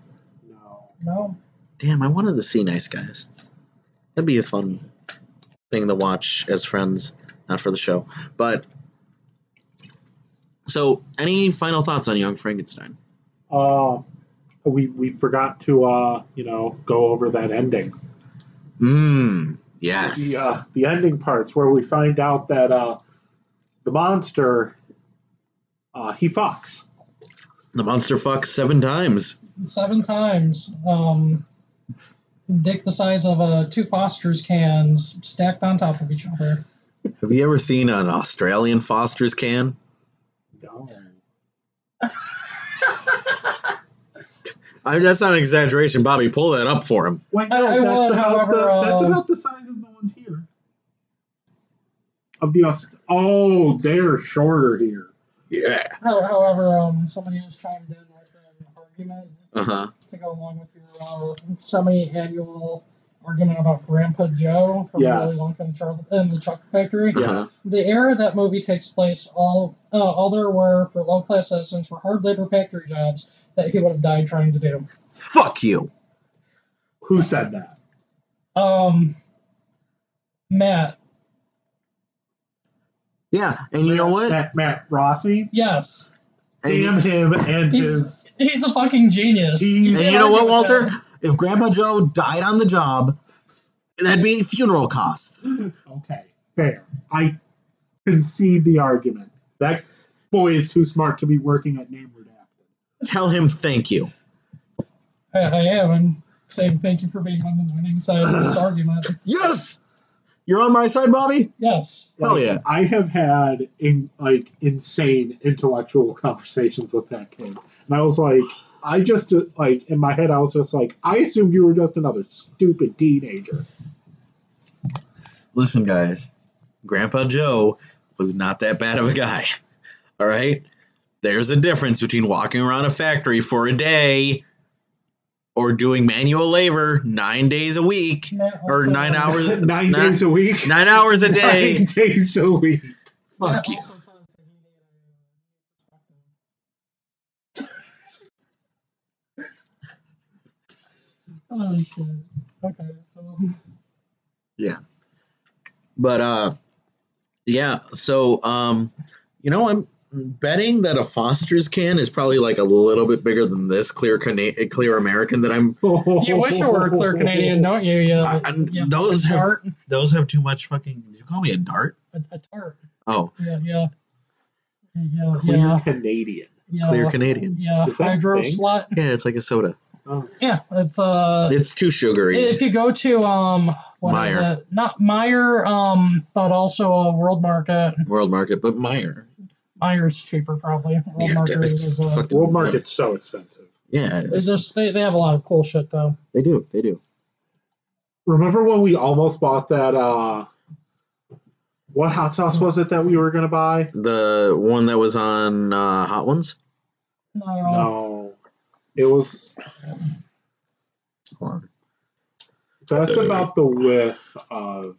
S3: No.
S2: No,
S1: Damn, I wanted to see Nice Guys. That'd be a fun thing to watch as friends, not for the show. But, so, any final thoughts on Young Frankenstein?
S3: Uh, we we forgot to uh you know go over that ending.
S1: Mmm, yes.
S3: the uh, the ending parts where we find out that uh, the monster uh, he fucks.
S1: The monster fucks seven times.
S2: seven times. Um, dick the size of uh, two Foster's cans stacked on top of each other.
S1: Have you ever seen an Australian Foster's can? I that's not an exaggeration, Bobby. Pull that up for him.
S3: Wait,
S2: I-
S3: no,
S2: I
S3: that's,
S2: would,
S3: about
S2: however,
S3: the, that's
S2: uh,
S3: about the size of the ones here. Of the Aust- oh, they're shorter here.
S1: Yeah.
S2: How- However, um, somebody has chimed in with an argument
S1: Uh huh.
S2: to go along with your uh, semi-annual argument about Grandpa Joe from
S3: Yes.
S2: Willy Wonka and, Charlie, and the Chocolate Factory.
S1: Uh-huh.
S2: The era that movie takes place, all uh, all there were for low class citizens were hard labor factory jobs that he would have died trying to do.
S1: Fuck you.
S3: Who said that?
S2: Um, Matt,
S1: Yeah, and you know what?
S3: Matt, Matt Rossi.
S2: yes,
S1: And you,
S3: Damn him and his
S2: he's he's a fucking genius.
S3: He-
S2: can't
S1: and you know
S2: argue
S1: what,
S2: with
S1: Walter?
S2: that.
S1: If Grandpa Joe died on the job, that'd be funeral costs.
S3: Okay, fair. I concede the argument. That boy is too smart to be working at Namor Dapton.
S1: Tell him thank you.
S2: I, I am. and saying thank you for being on the winning side of this argument.
S1: Yes! You're on my side, Bobby?
S2: Yes.
S1: Hell
S3: Like,
S1: yeah.
S3: I have had in like insane intellectual conversations with that kid, and I was like, I just uh, like in my head, I was just like, I assumed you were just another stupid teenager.
S1: Listen, guys, Grandpa Joe was not that bad of a guy. All right? There's a difference between walking around a factory for a day or doing manual labor nine days a week,
S2: Matt
S1: or
S2: also-
S1: nine hours,
S3: nine
S1: nine-
S3: days a week,
S1: nine hours a
S3: nine
S1: day.
S3: days a week.
S1: Fuck you.
S2: Oh shit. Okay. um,
S1: But uh yeah, so um you know I'm betting that a Foster's can is probably like a little bit bigger than this clear Cana- clear American that I'm
S2: You wish you were a clear Canadian, don't you? Yeah.
S1: I- I'm-
S2: yeah,
S1: those
S2: a
S1: have-
S2: tart.
S1: those have too much fucking did you call me a dart?
S2: A, a tart.
S1: Oh,
S2: Yeah. Yeah. Yeah.
S3: Clear
S2: yeah,
S3: Canadian.
S2: yeah.
S1: clear Canadian.
S2: Yeah.
S3: Is that a
S2: Hydro
S3: thing?
S2: slot.
S1: Yeah, it's like a soda.
S3: Oh.
S2: Yeah. It's uh.
S1: It's too sugary.
S2: If you go to um, what is
S1: Meijer.
S2: it? Not Meyer, um, but also uh, World Market.
S1: World market, but Meyer.
S2: Meyer's cheaper probably. World
S1: Yeah,
S2: Market
S1: it's
S2: is, uh,
S1: fucking-
S3: World market's so expensive.
S1: Yeah, it
S2: is
S1: is.
S2: just they, they have a lot of cool shit though.
S1: they do. They do.
S3: Remember when we almost bought that? uh What hot sauce was it that we were gonna buy?
S1: The one that was on uh, Hot Ones.
S2: No,
S3: No, it was.
S1: Hold on.
S3: That's about the width of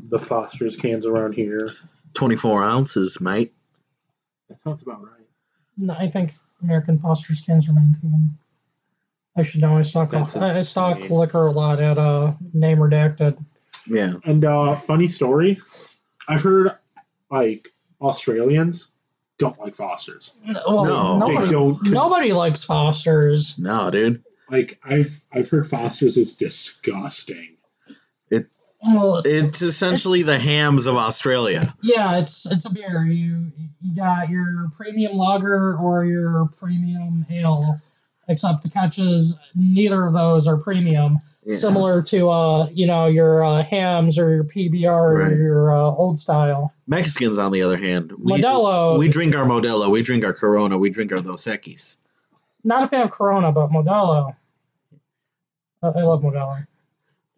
S3: the Foster's cans around here.
S1: Twenty-four ounces, mate.
S3: That sounds about right.
S2: No, I think American Foster's cans are maintained. I should know. I stock
S3: That's
S2: I, I stock
S3: insane.
S2: liquor a lot at uh name redacted.
S1: Yeah.
S3: And uh funny story, I've heard like Australians don't like Foster's.
S2: No, well,
S1: No.
S3: They
S2: nobody
S3: don't.
S2: nobody likes Foster's.
S1: No, dude.
S3: Like I've I've heard Foster's is disgusting.
S2: Well,
S1: It's essentially the hams of Australia.
S2: Yeah, it's it's a beer. You you got your premium lager or your premium ale, except the catch is neither of those are premium.
S1: Yeah.
S2: Similar to uh you know your uh, hams or your PBR
S1: Right.
S2: or your uh, old style
S1: Mexicans, on the other hand, we,
S2: Modelo.
S1: we drink our Modelo, we drink our Corona, we drink our Dos Equis.
S2: not a fan of Corona, but Modelo. I I love Modelo.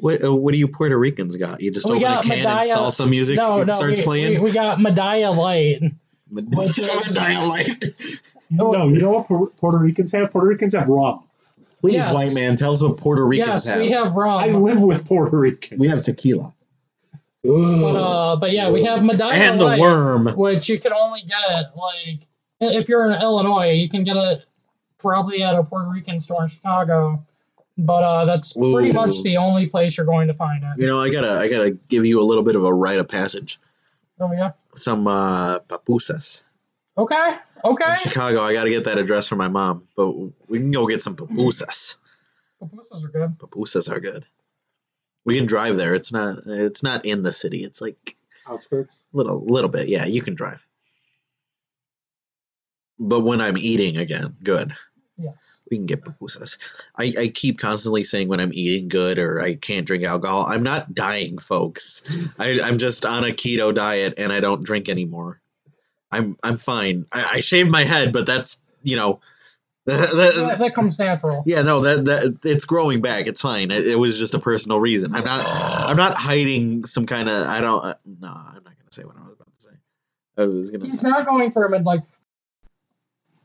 S1: What, uh, what do you Puerto Ricans got? You just
S2: We
S1: open a
S2: got
S1: can
S2: Medalla-
S1: and salsa music
S2: No, no,
S1: starts
S2: we,
S1: playing.
S2: We, we got Medalla Light.
S1: Med-
S2: which is-
S1: Medalla Light.
S2: No.
S3: No, you know what Pu- Puerto Ricans have? Puerto Ricans have rum.
S1: Please,
S2: Yes.
S1: white man, tell us what Puerto Ricans
S2: yes, we have rum.
S3: I live with Puerto Ricans.
S1: we have tequila
S2: but, uh, but yeah, we have Medalla
S1: and the
S2: Light.
S1: worm.
S2: which you can only get like if you're in Illinois, you can get it probably at a Puerto Rican store in Chicago, but uh, that's pretty
S1: Ooh.
S2: much the only place you're going to find it.
S1: You know, I gotta, I gotta give you a little bit of a rite of passage.
S2: Oh yeah.
S1: Some uh, papusas
S2: Okay.
S1: from
S2: Okay.
S1: Chicago. I gotta get that address from my mom, but we can go get some papusas.
S2: Pupusas are good.
S1: Papusas are good. We can drive there. It's not it's not in the city. It's like
S3: outskirts.
S1: little little bit. Yeah, you can drive. But when I'm eating again, good.
S2: Yes.
S1: We can get papusas. I, I keep constantly saying when I'm eating good or I can't drink alcohol. I'm not dying, folks. I, I'm just on a keto diet and I don't drink anymore. I'm I'm fine. I, I shaved my head, but that's you know Uh,
S2: That, that comes natural.
S1: Yeah, no, that that it's growing back. It's fine. It, it was just a personal reason. I'm not I'm not hiding some kind of I don't uh, no, I'm not going to say what I was about to say. I was going
S2: He's
S1: to
S2: not going for a mid like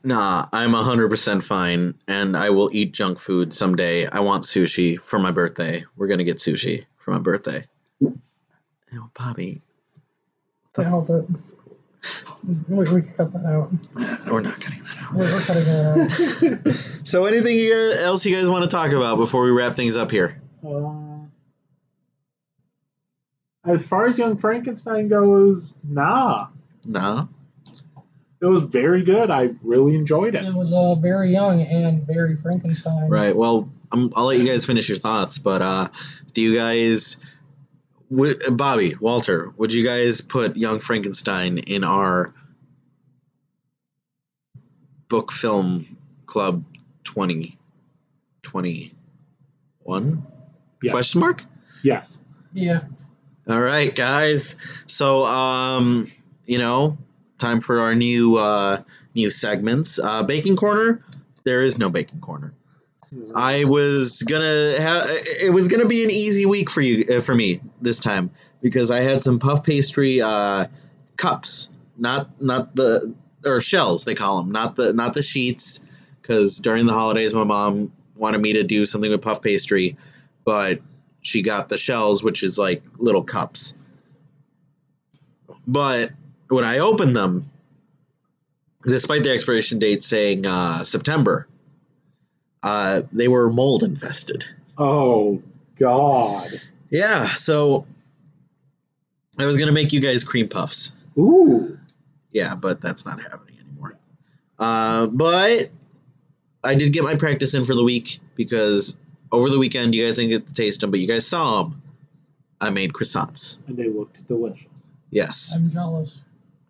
S1: Nah, I'm 100% fine, and I will eat junk food someday. I want sushi for my birthday. We're going to get sushi for my birthday. Oh, Bobby.
S2: No, but we, we can cut that out.
S1: We're not cutting that out.
S2: We're, we're cutting it out.
S1: So, anything you guys, else you guys want to talk about before we wrap things up here?
S3: Uh, as far as Young Frankenstein goes, nah.
S1: Nah.
S3: It was very good. I really enjoyed it.
S2: It was uh, very young and very Frankenstein.
S1: Right. Well, I'm, I'll let you guys finish your thoughts, but uh, do you guys, would, Bobby, Walter, would you guys put Young Frankenstein in our book film club 2021?
S3: Yeah.
S1: Question mark?
S3: Yes.
S2: Yeah.
S1: All right, guys. So, um, you know, time for our new uh, new segments. Uh, baking corner. There is no baking corner. I was gonna have. It was gonna be an easy week for you, uh, for me this time because I had some puff pastry uh, cups, not not the or shells they call them, not the not the sheets, because during the holidays my mom wanted me to do something with puff pastry, but she got the shells, which is like little cups. But when I opened them, despite the expiration date saying uh, September, uh, they were mold infested.
S3: Oh God.
S1: Yeah, so I was gonna make you guys cream puffs.
S3: Ooh.
S1: Yeah, but that's not happening anymore. Uh, but I did get my practice in for the week because over the weekend you guys didn't get to taste them, but you guys saw them. I made croissants.
S3: And they looked delicious.
S1: Yes.
S2: I'm jealous.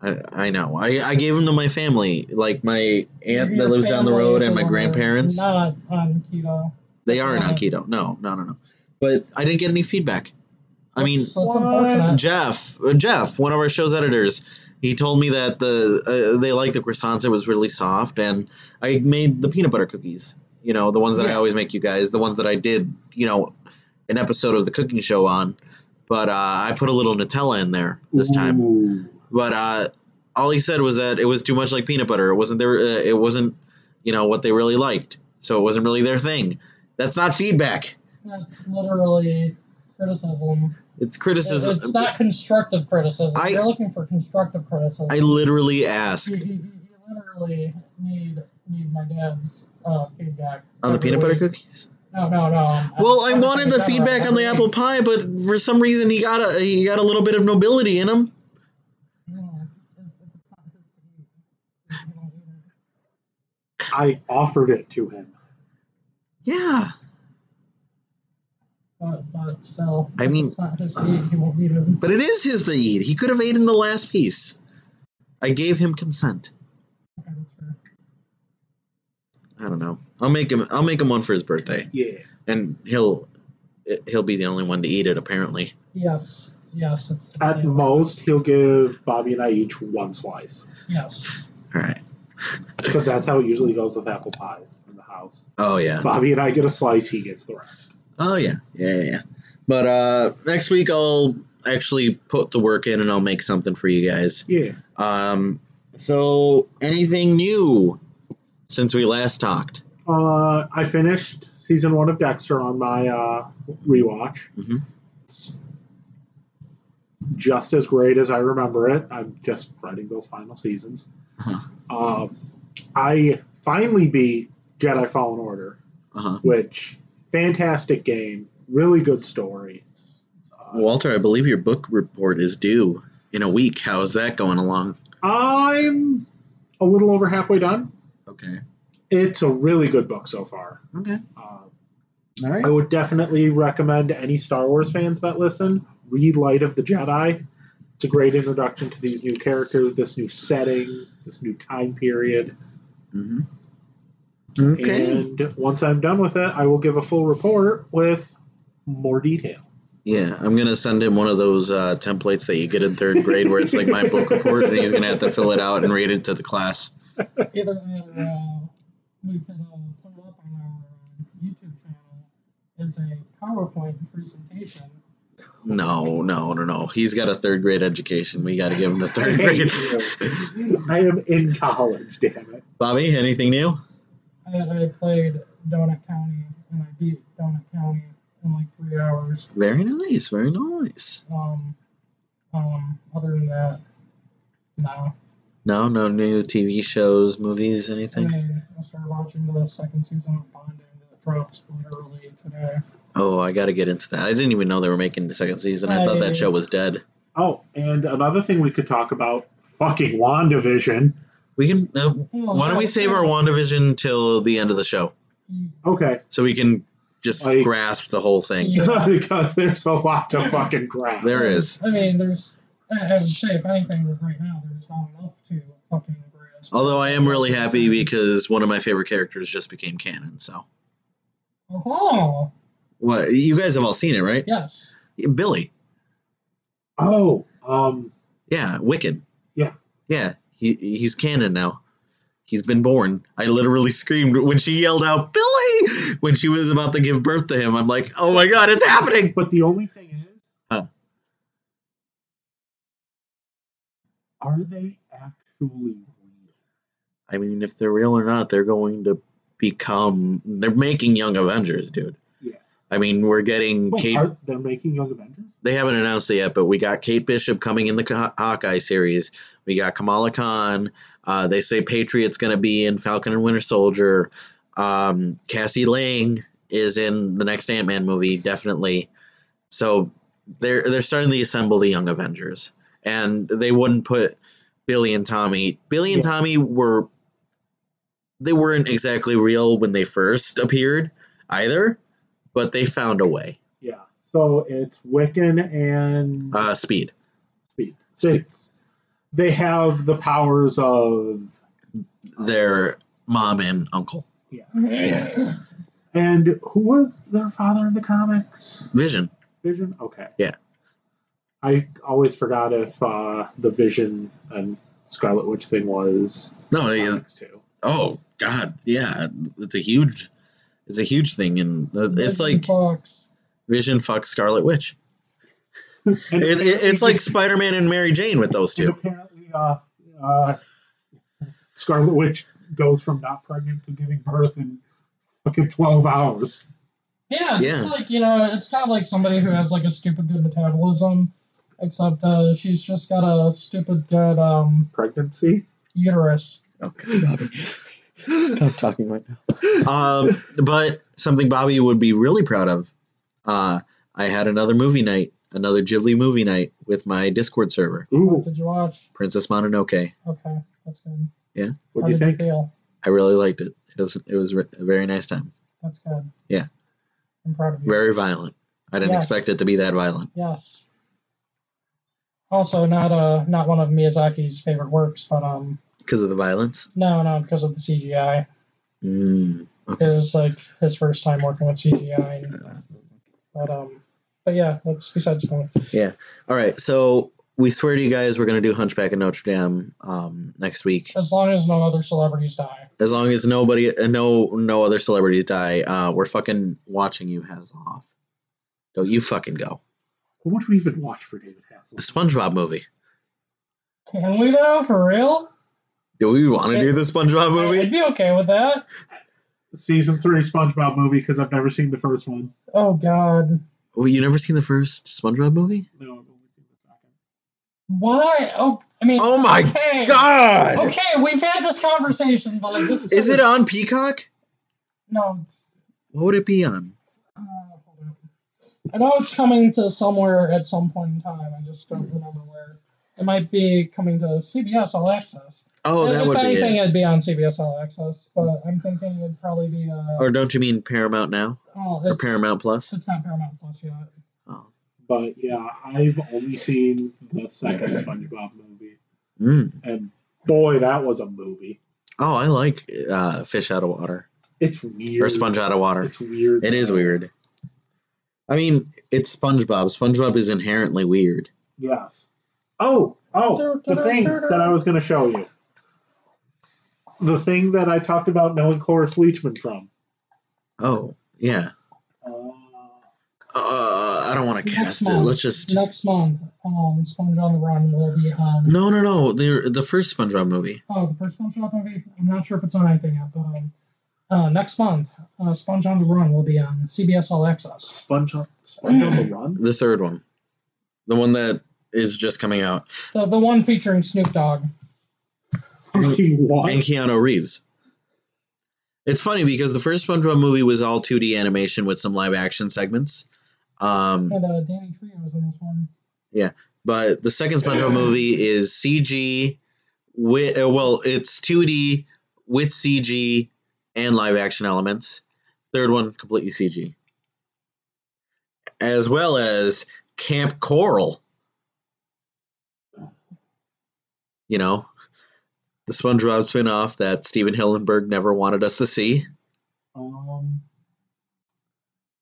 S1: I, I know. I, I gave them to my family, like my aunt
S2: Your
S1: that lives down the
S2: family
S1: road and
S2: is
S1: my
S2: the one that's
S1: grandparents.
S2: Not on keto.
S1: They aren't on
S2: not-
S1: keto. No, no, no, no. But I didn't get any feedback. I mean,
S2: so it's
S3: What?
S2: unfortunate.
S1: Jeff, uh, Jeff, one of our show's editors, he told me that the uh, they liked the croissants. It was really soft, and I made the peanut butter cookies. You know, the ones that I
S3: Yeah.
S1: always make you guys, the ones that I did. You know, an episode of the cooking show on, but uh, I put a little Nutella in there this time.
S3: Ooh.
S1: but uh, all he said was that it was too much like peanut butter. It wasn't their. Uh, it wasn't you know what they really liked, so it wasn't really their thing. That's not feedback.
S2: That's literally criticism.
S1: It's criticism.
S2: it's not constructive criticism.
S1: I-
S2: You're looking for constructive criticism.
S1: I literally
S2: you,
S1: asked
S2: you, you literally need need my dad's uh, feedback.
S1: on the
S2: every
S1: peanut butter
S2: week.
S1: cookies.
S2: No, no, no. I'm-
S1: Well, I
S2: I'm
S1: wanted the
S2: talking about
S1: feedback on the
S2: every
S1: apple
S2: week.
S1: pie, but for some reason he got a he got a little bit of nobility in him.
S2: No, if- if it's not his to eat, you don't eat it.
S3: I offered it to him.
S1: Yeah,
S2: But, but still,
S1: I
S2: if
S1: mean-
S2: it's not his to eat, he won't eat it.
S1: but it is his to eat. He could have eaten the last piece. I gave him consent.
S2: Okay, that's fair.
S1: I don't know. I'll make him. I'll make him one for his birthday,
S3: Yeah.
S1: and he'll he'll be the only one to eat it. Apparently.
S2: Yes, yes, it's the
S3: At
S2: peanut-
S3: most, he'll give Bobby and I each one slice.
S2: Yes,
S1: All right.
S3: Because that's how it usually goes with apple pies in the house.
S1: Oh yeah.
S3: Bobby and I get a slice, he gets the rest.
S1: Oh yeah. Yeah yeah. yeah. But uh, next week I'll actually put the work in and I'll make something for you guys.
S3: Yeah.
S1: Um, so anything new since we last talked?
S3: Uh, I finished season one of Dexter on my uh, rewatch.
S1: Mhm.
S3: Just as great as I remember it. I'm just dreading those final seasons.
S1: Uh-huh.
S3: Um, I finally beat Jedi Fallen Order,
S1: Uh huh.
S3: which fantastic game, really good story. Uh,
S1: Walter, I believe your book report is due in a week. How's that going along?
S3: I'm a little over halfway done.
S1: Okay.
S3: It's a really good book so far.
S1: Okay.
S3: Uh,
S1: All right.
S3: I would definitely recommend any Star Wars fans that listen read Light of the Jedi. It's a great introduction to these new characters, this new setting, this new time period.
S1: hmm Mm-hmm. Okay.
S3: And once I'm done with it, I will give a full report with more detail.
S1: Yeah, I'm gonna send him one of those uh, templates that you get in third grade, where it's like my book report, and he's gonna have to fill it out and read it to the class.
S2: either that or uh, we could uh, put it up on our uh, YouTube channel as a PowerPoint presentation
S1: No, no, no, no. He's got a third grade education. We got to give him the third grade.
S3: I am in college, damn it.
S1: Bobby, anything new?
S2: I, I played Donut County and I beat Donut County in like three hours.
S1: Very nice, very nice.
S2: Um, um, other than that, no.
S1: No, no new TV shows, movies, anything.
S2: I mean, I started watching the second season of Bonding that dropped literally today.
S1: Oh, I got to get into that. I didn't even know they were making the second season. I thought that show was dead.
S3: Oh, and another thing we could talk about fucking WandaVision.
S1: We can. Uh,
S2: Oh,
S1: why don't we save our WandaVision till the end of the show
S3: Okay.
S1: so we can just
S3: Like-
S1: grasp the whole thing?
S3: because there's a lot to fucking grasp.
S1: There is.
S2: I mean, there's. I I would say, if anything, right now, there's not enough to fucking grasp.
S1: Although I am really happy because one of my favorite characters just became canon. So,
S2: Oh,
S1: what you guys have all seen it, right?
S2: yes.
S1: Billy.
S3: Oh, um,
S1: Yeah, Wicked.
S3: Yeah.
S1: Yeah, he he's canon now. He's been born. I literally screamed when she yelled out Billy when she was about to give birth to him. I'm like, "Oh my god, it's happening."
S3: but the only thing is,
S1: Huh.
S3: are they actually real?
S1: I mean, if they're real or not, they're going to become they're making young Avengers, dude.
S3: Yeah.
S1: I mean, we're getting
S3: Wait,
S1: Kate
S3: are they're making Young Avengers?
S1: they haven't announced it yet, but we got Kate Bishop coming in the Ca- Hawkeye series. We got Kamala Khan. Uh, they say Patriot's going to be in Falcon and Winter Soldier. Um, Cassie Lang is in the next Ant Man movie, definitely. So they're they're starting to assemble the Young Avengers, and they wouldn't put Billy and Tommy. Billy and
S3: Yeah.
S1: Tommy were they weren't exactly real when they first appeared either, but they found a way.
S3: Yeah. So it's Wiccan and
S1: Uh, speed.
S3: Speed. So it's- they have the powers of,
S1: their mom and uncle.
S3: and who was their father in the comics?
S1: Vision.
S3: Vision. Okay.
S1: Yeah.
S3: I always forgot if uh, the Vision and Scarlet Witch thing was
S1: No, yeah.
S3: comics too.
S1: oh God, yeah, it's a huge, it's a huge thing, and it's like
S2: Fox.
S1: Vision fucks Scarlet Witch.
S3: And
S1: It, it, it's like Spider Man and Mary Jane with those
S3: and
S1: two.
S3: apparently, uh, uh, Scarlet Witch goes from not pregnant to giving birth in fucking twelve hours.
S2: Yeah, it's
S1: Yeah.
S2: like, you know, it's kind of like somebody who has like a stupid good metabolism, except uh, she's just got a stupid good um,
S3: Pregnancy.
S2: uterus.
S1: Okay, Bobby, Oh, stop talking right now. Um, but something Bobby would be really proud of. Uh, I had another movie night, another Ghibli movie night with my Discord server,
S2: What
S3: Ooh,
S2: did you watch?
S1: Princess Mononoke.
S2: Okay, that's good.
S3: what
S2: How
S3: do you
S2: did
S3: think?
S2: you feel?
S1: I really liked it. It was it was re- a very nice time.
S2: That's good.
S1: Yeah.
S2: I'm proud of you.
S1: Very violent. I didn't
S2: Yes.
S1: expect it to be that violent.
S2: Yes. Also, not uh, not one of Miyazaki's favorite works, but um,
S1: because of the violence.
S2: no, no, because of the CGI.
S1: Mm.
S2: It was like his first time working with CGI, and, but um, but yeah, that's besides the point.
S1: All right, so we swear to you guys, we're gonna do Hunchback of Notre Dame um, next week,
S2: As long as no other celebrities die.
S1: as long as nobody, uh, no, no other celebrities die. Uh, we're fucking watching you has off. Don't you fucking go.
S3: What would we even watch for David
S1: The
S3: Hasselhoff?
S1: SpongeBob movie.
S2: Can we though? For real?
S1: Do we want to do the SpongeBob
S2: I'd
S1: movie?
S2: be okay with that.
S3: Season three SpongeBob movie because I've never seen the first one.
S2: Oh God,
S1: Well, you never seen the first SpongeBob movie?
S3: No, I've only seen the second.
S2: why? Oh, I mean.
S1: Oh my
S2: okay.
S1: god!
S2: Okay, we've had this conversation, but like this
S1: Is it on Peacock?
S2: no? It's,
S1: What would it be on?
S2: Uh, hold on. I know it's coming to somewhere at some point in time. I just don't remember where. It might be coming to CBS All Access.
S1: Oh,
S2: if
S1: that would be
S2: anything,
S1: it.
S2: it'd be on CBS All Access, but I'm thinking it'd probably be. Uh,
S1: Or don't you mean Paramount now
S2: oh,
S1: or
S2: it's,
S1: Paramount Plus?
S2: It's not Paramount Plus yet.
S1: Oh.
S3: But yeah, I've only seen the second SpongeBob movie,
S1: Mm.
S3: and boy, that was a movie.
S1: Oh, I like uh, fish out of water
S3: It's weird.
S1: or sponge out of water.
S3: It's weird.
S1: It is weird. I mean, it's SpongeBob. SpongeBob is inherently weird.
S3: Yes. Oh, oh, the thing that I was going to show you. The thing that I talked about knowing Cloris Leachman from.
S1: Oh, yeah.
S3: Uh,
S1: Uh, I don't want to
S2: Next
S1: cast it.
S2: month.
S1: Let's just.
S2: Next month, um, Sponge on the Run will be on.
S1: No, no, no. The the first SpongeBob movie.
S2: Oh, the first SpongeBob movie. I'm not sure if it's on anything yet, but um, uh, next month, uh, Sponge on the Run will be on CBS All Access.
S3: Sponge on, sponge on the run.
S1: The third one. The one that is just coming out.
S2: The, the one featuring Snoop Dogg.
S3: Fucking
S1: And
S3: what?
S1: Keanu Reeves. It's funny because the first SpongeBob movie was all 2D animation with some live action segments. Um,
S2: And uh, Danny Trio is in this one.
S1: but the second SpongeBob movie is CG with uh, well, it's 2D with CG and live action elements. Third one completely CG, as well as Camp Coral. You know, the SpongeBob spinoff that Steven Hillenberg never wanted us to see.
S3: Um,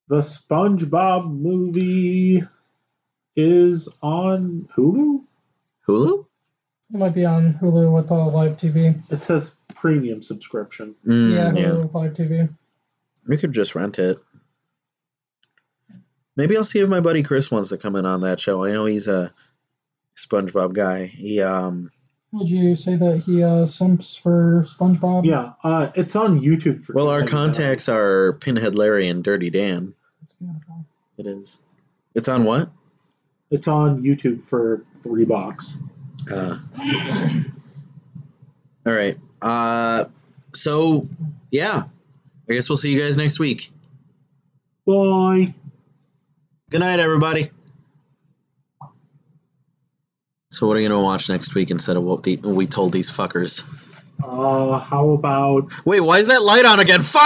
S3: the SpongeBob movie is on Hulu.
S1: Hulu.
S2: It might be on Hulu with uh, live TV.
S3: It says premium subscription.
S1: Mm,
S2: yeah, Hulu
S1: yeah.
S2: with live TV.
S1: We could just rent it. Maybe I'll see if my buddy Chris wants to come in on that show. I know he's a SpongeBob guy. He um
S2: Would you say that he uh, simps for SpongeBob?
S3: Yeah, uh, it's on YouTube for.
S1: well our
S3: $10.99.
S1: contacts are Pinhead Larry and Dirty Dan.
S2: It's beautiful.
S1: It is. It's on what?
S3: It's on YouTube for three bucks.
S1: Uh, all right. Uh so yeah. I guess we'll see you guys next week.
S3: Bye.
S1: Good night everybody. So what are you gonna watch next week instead of what the, we told these fuckers?
S3: Uh, how about
S1: Wait, why is that light on again? Fuck!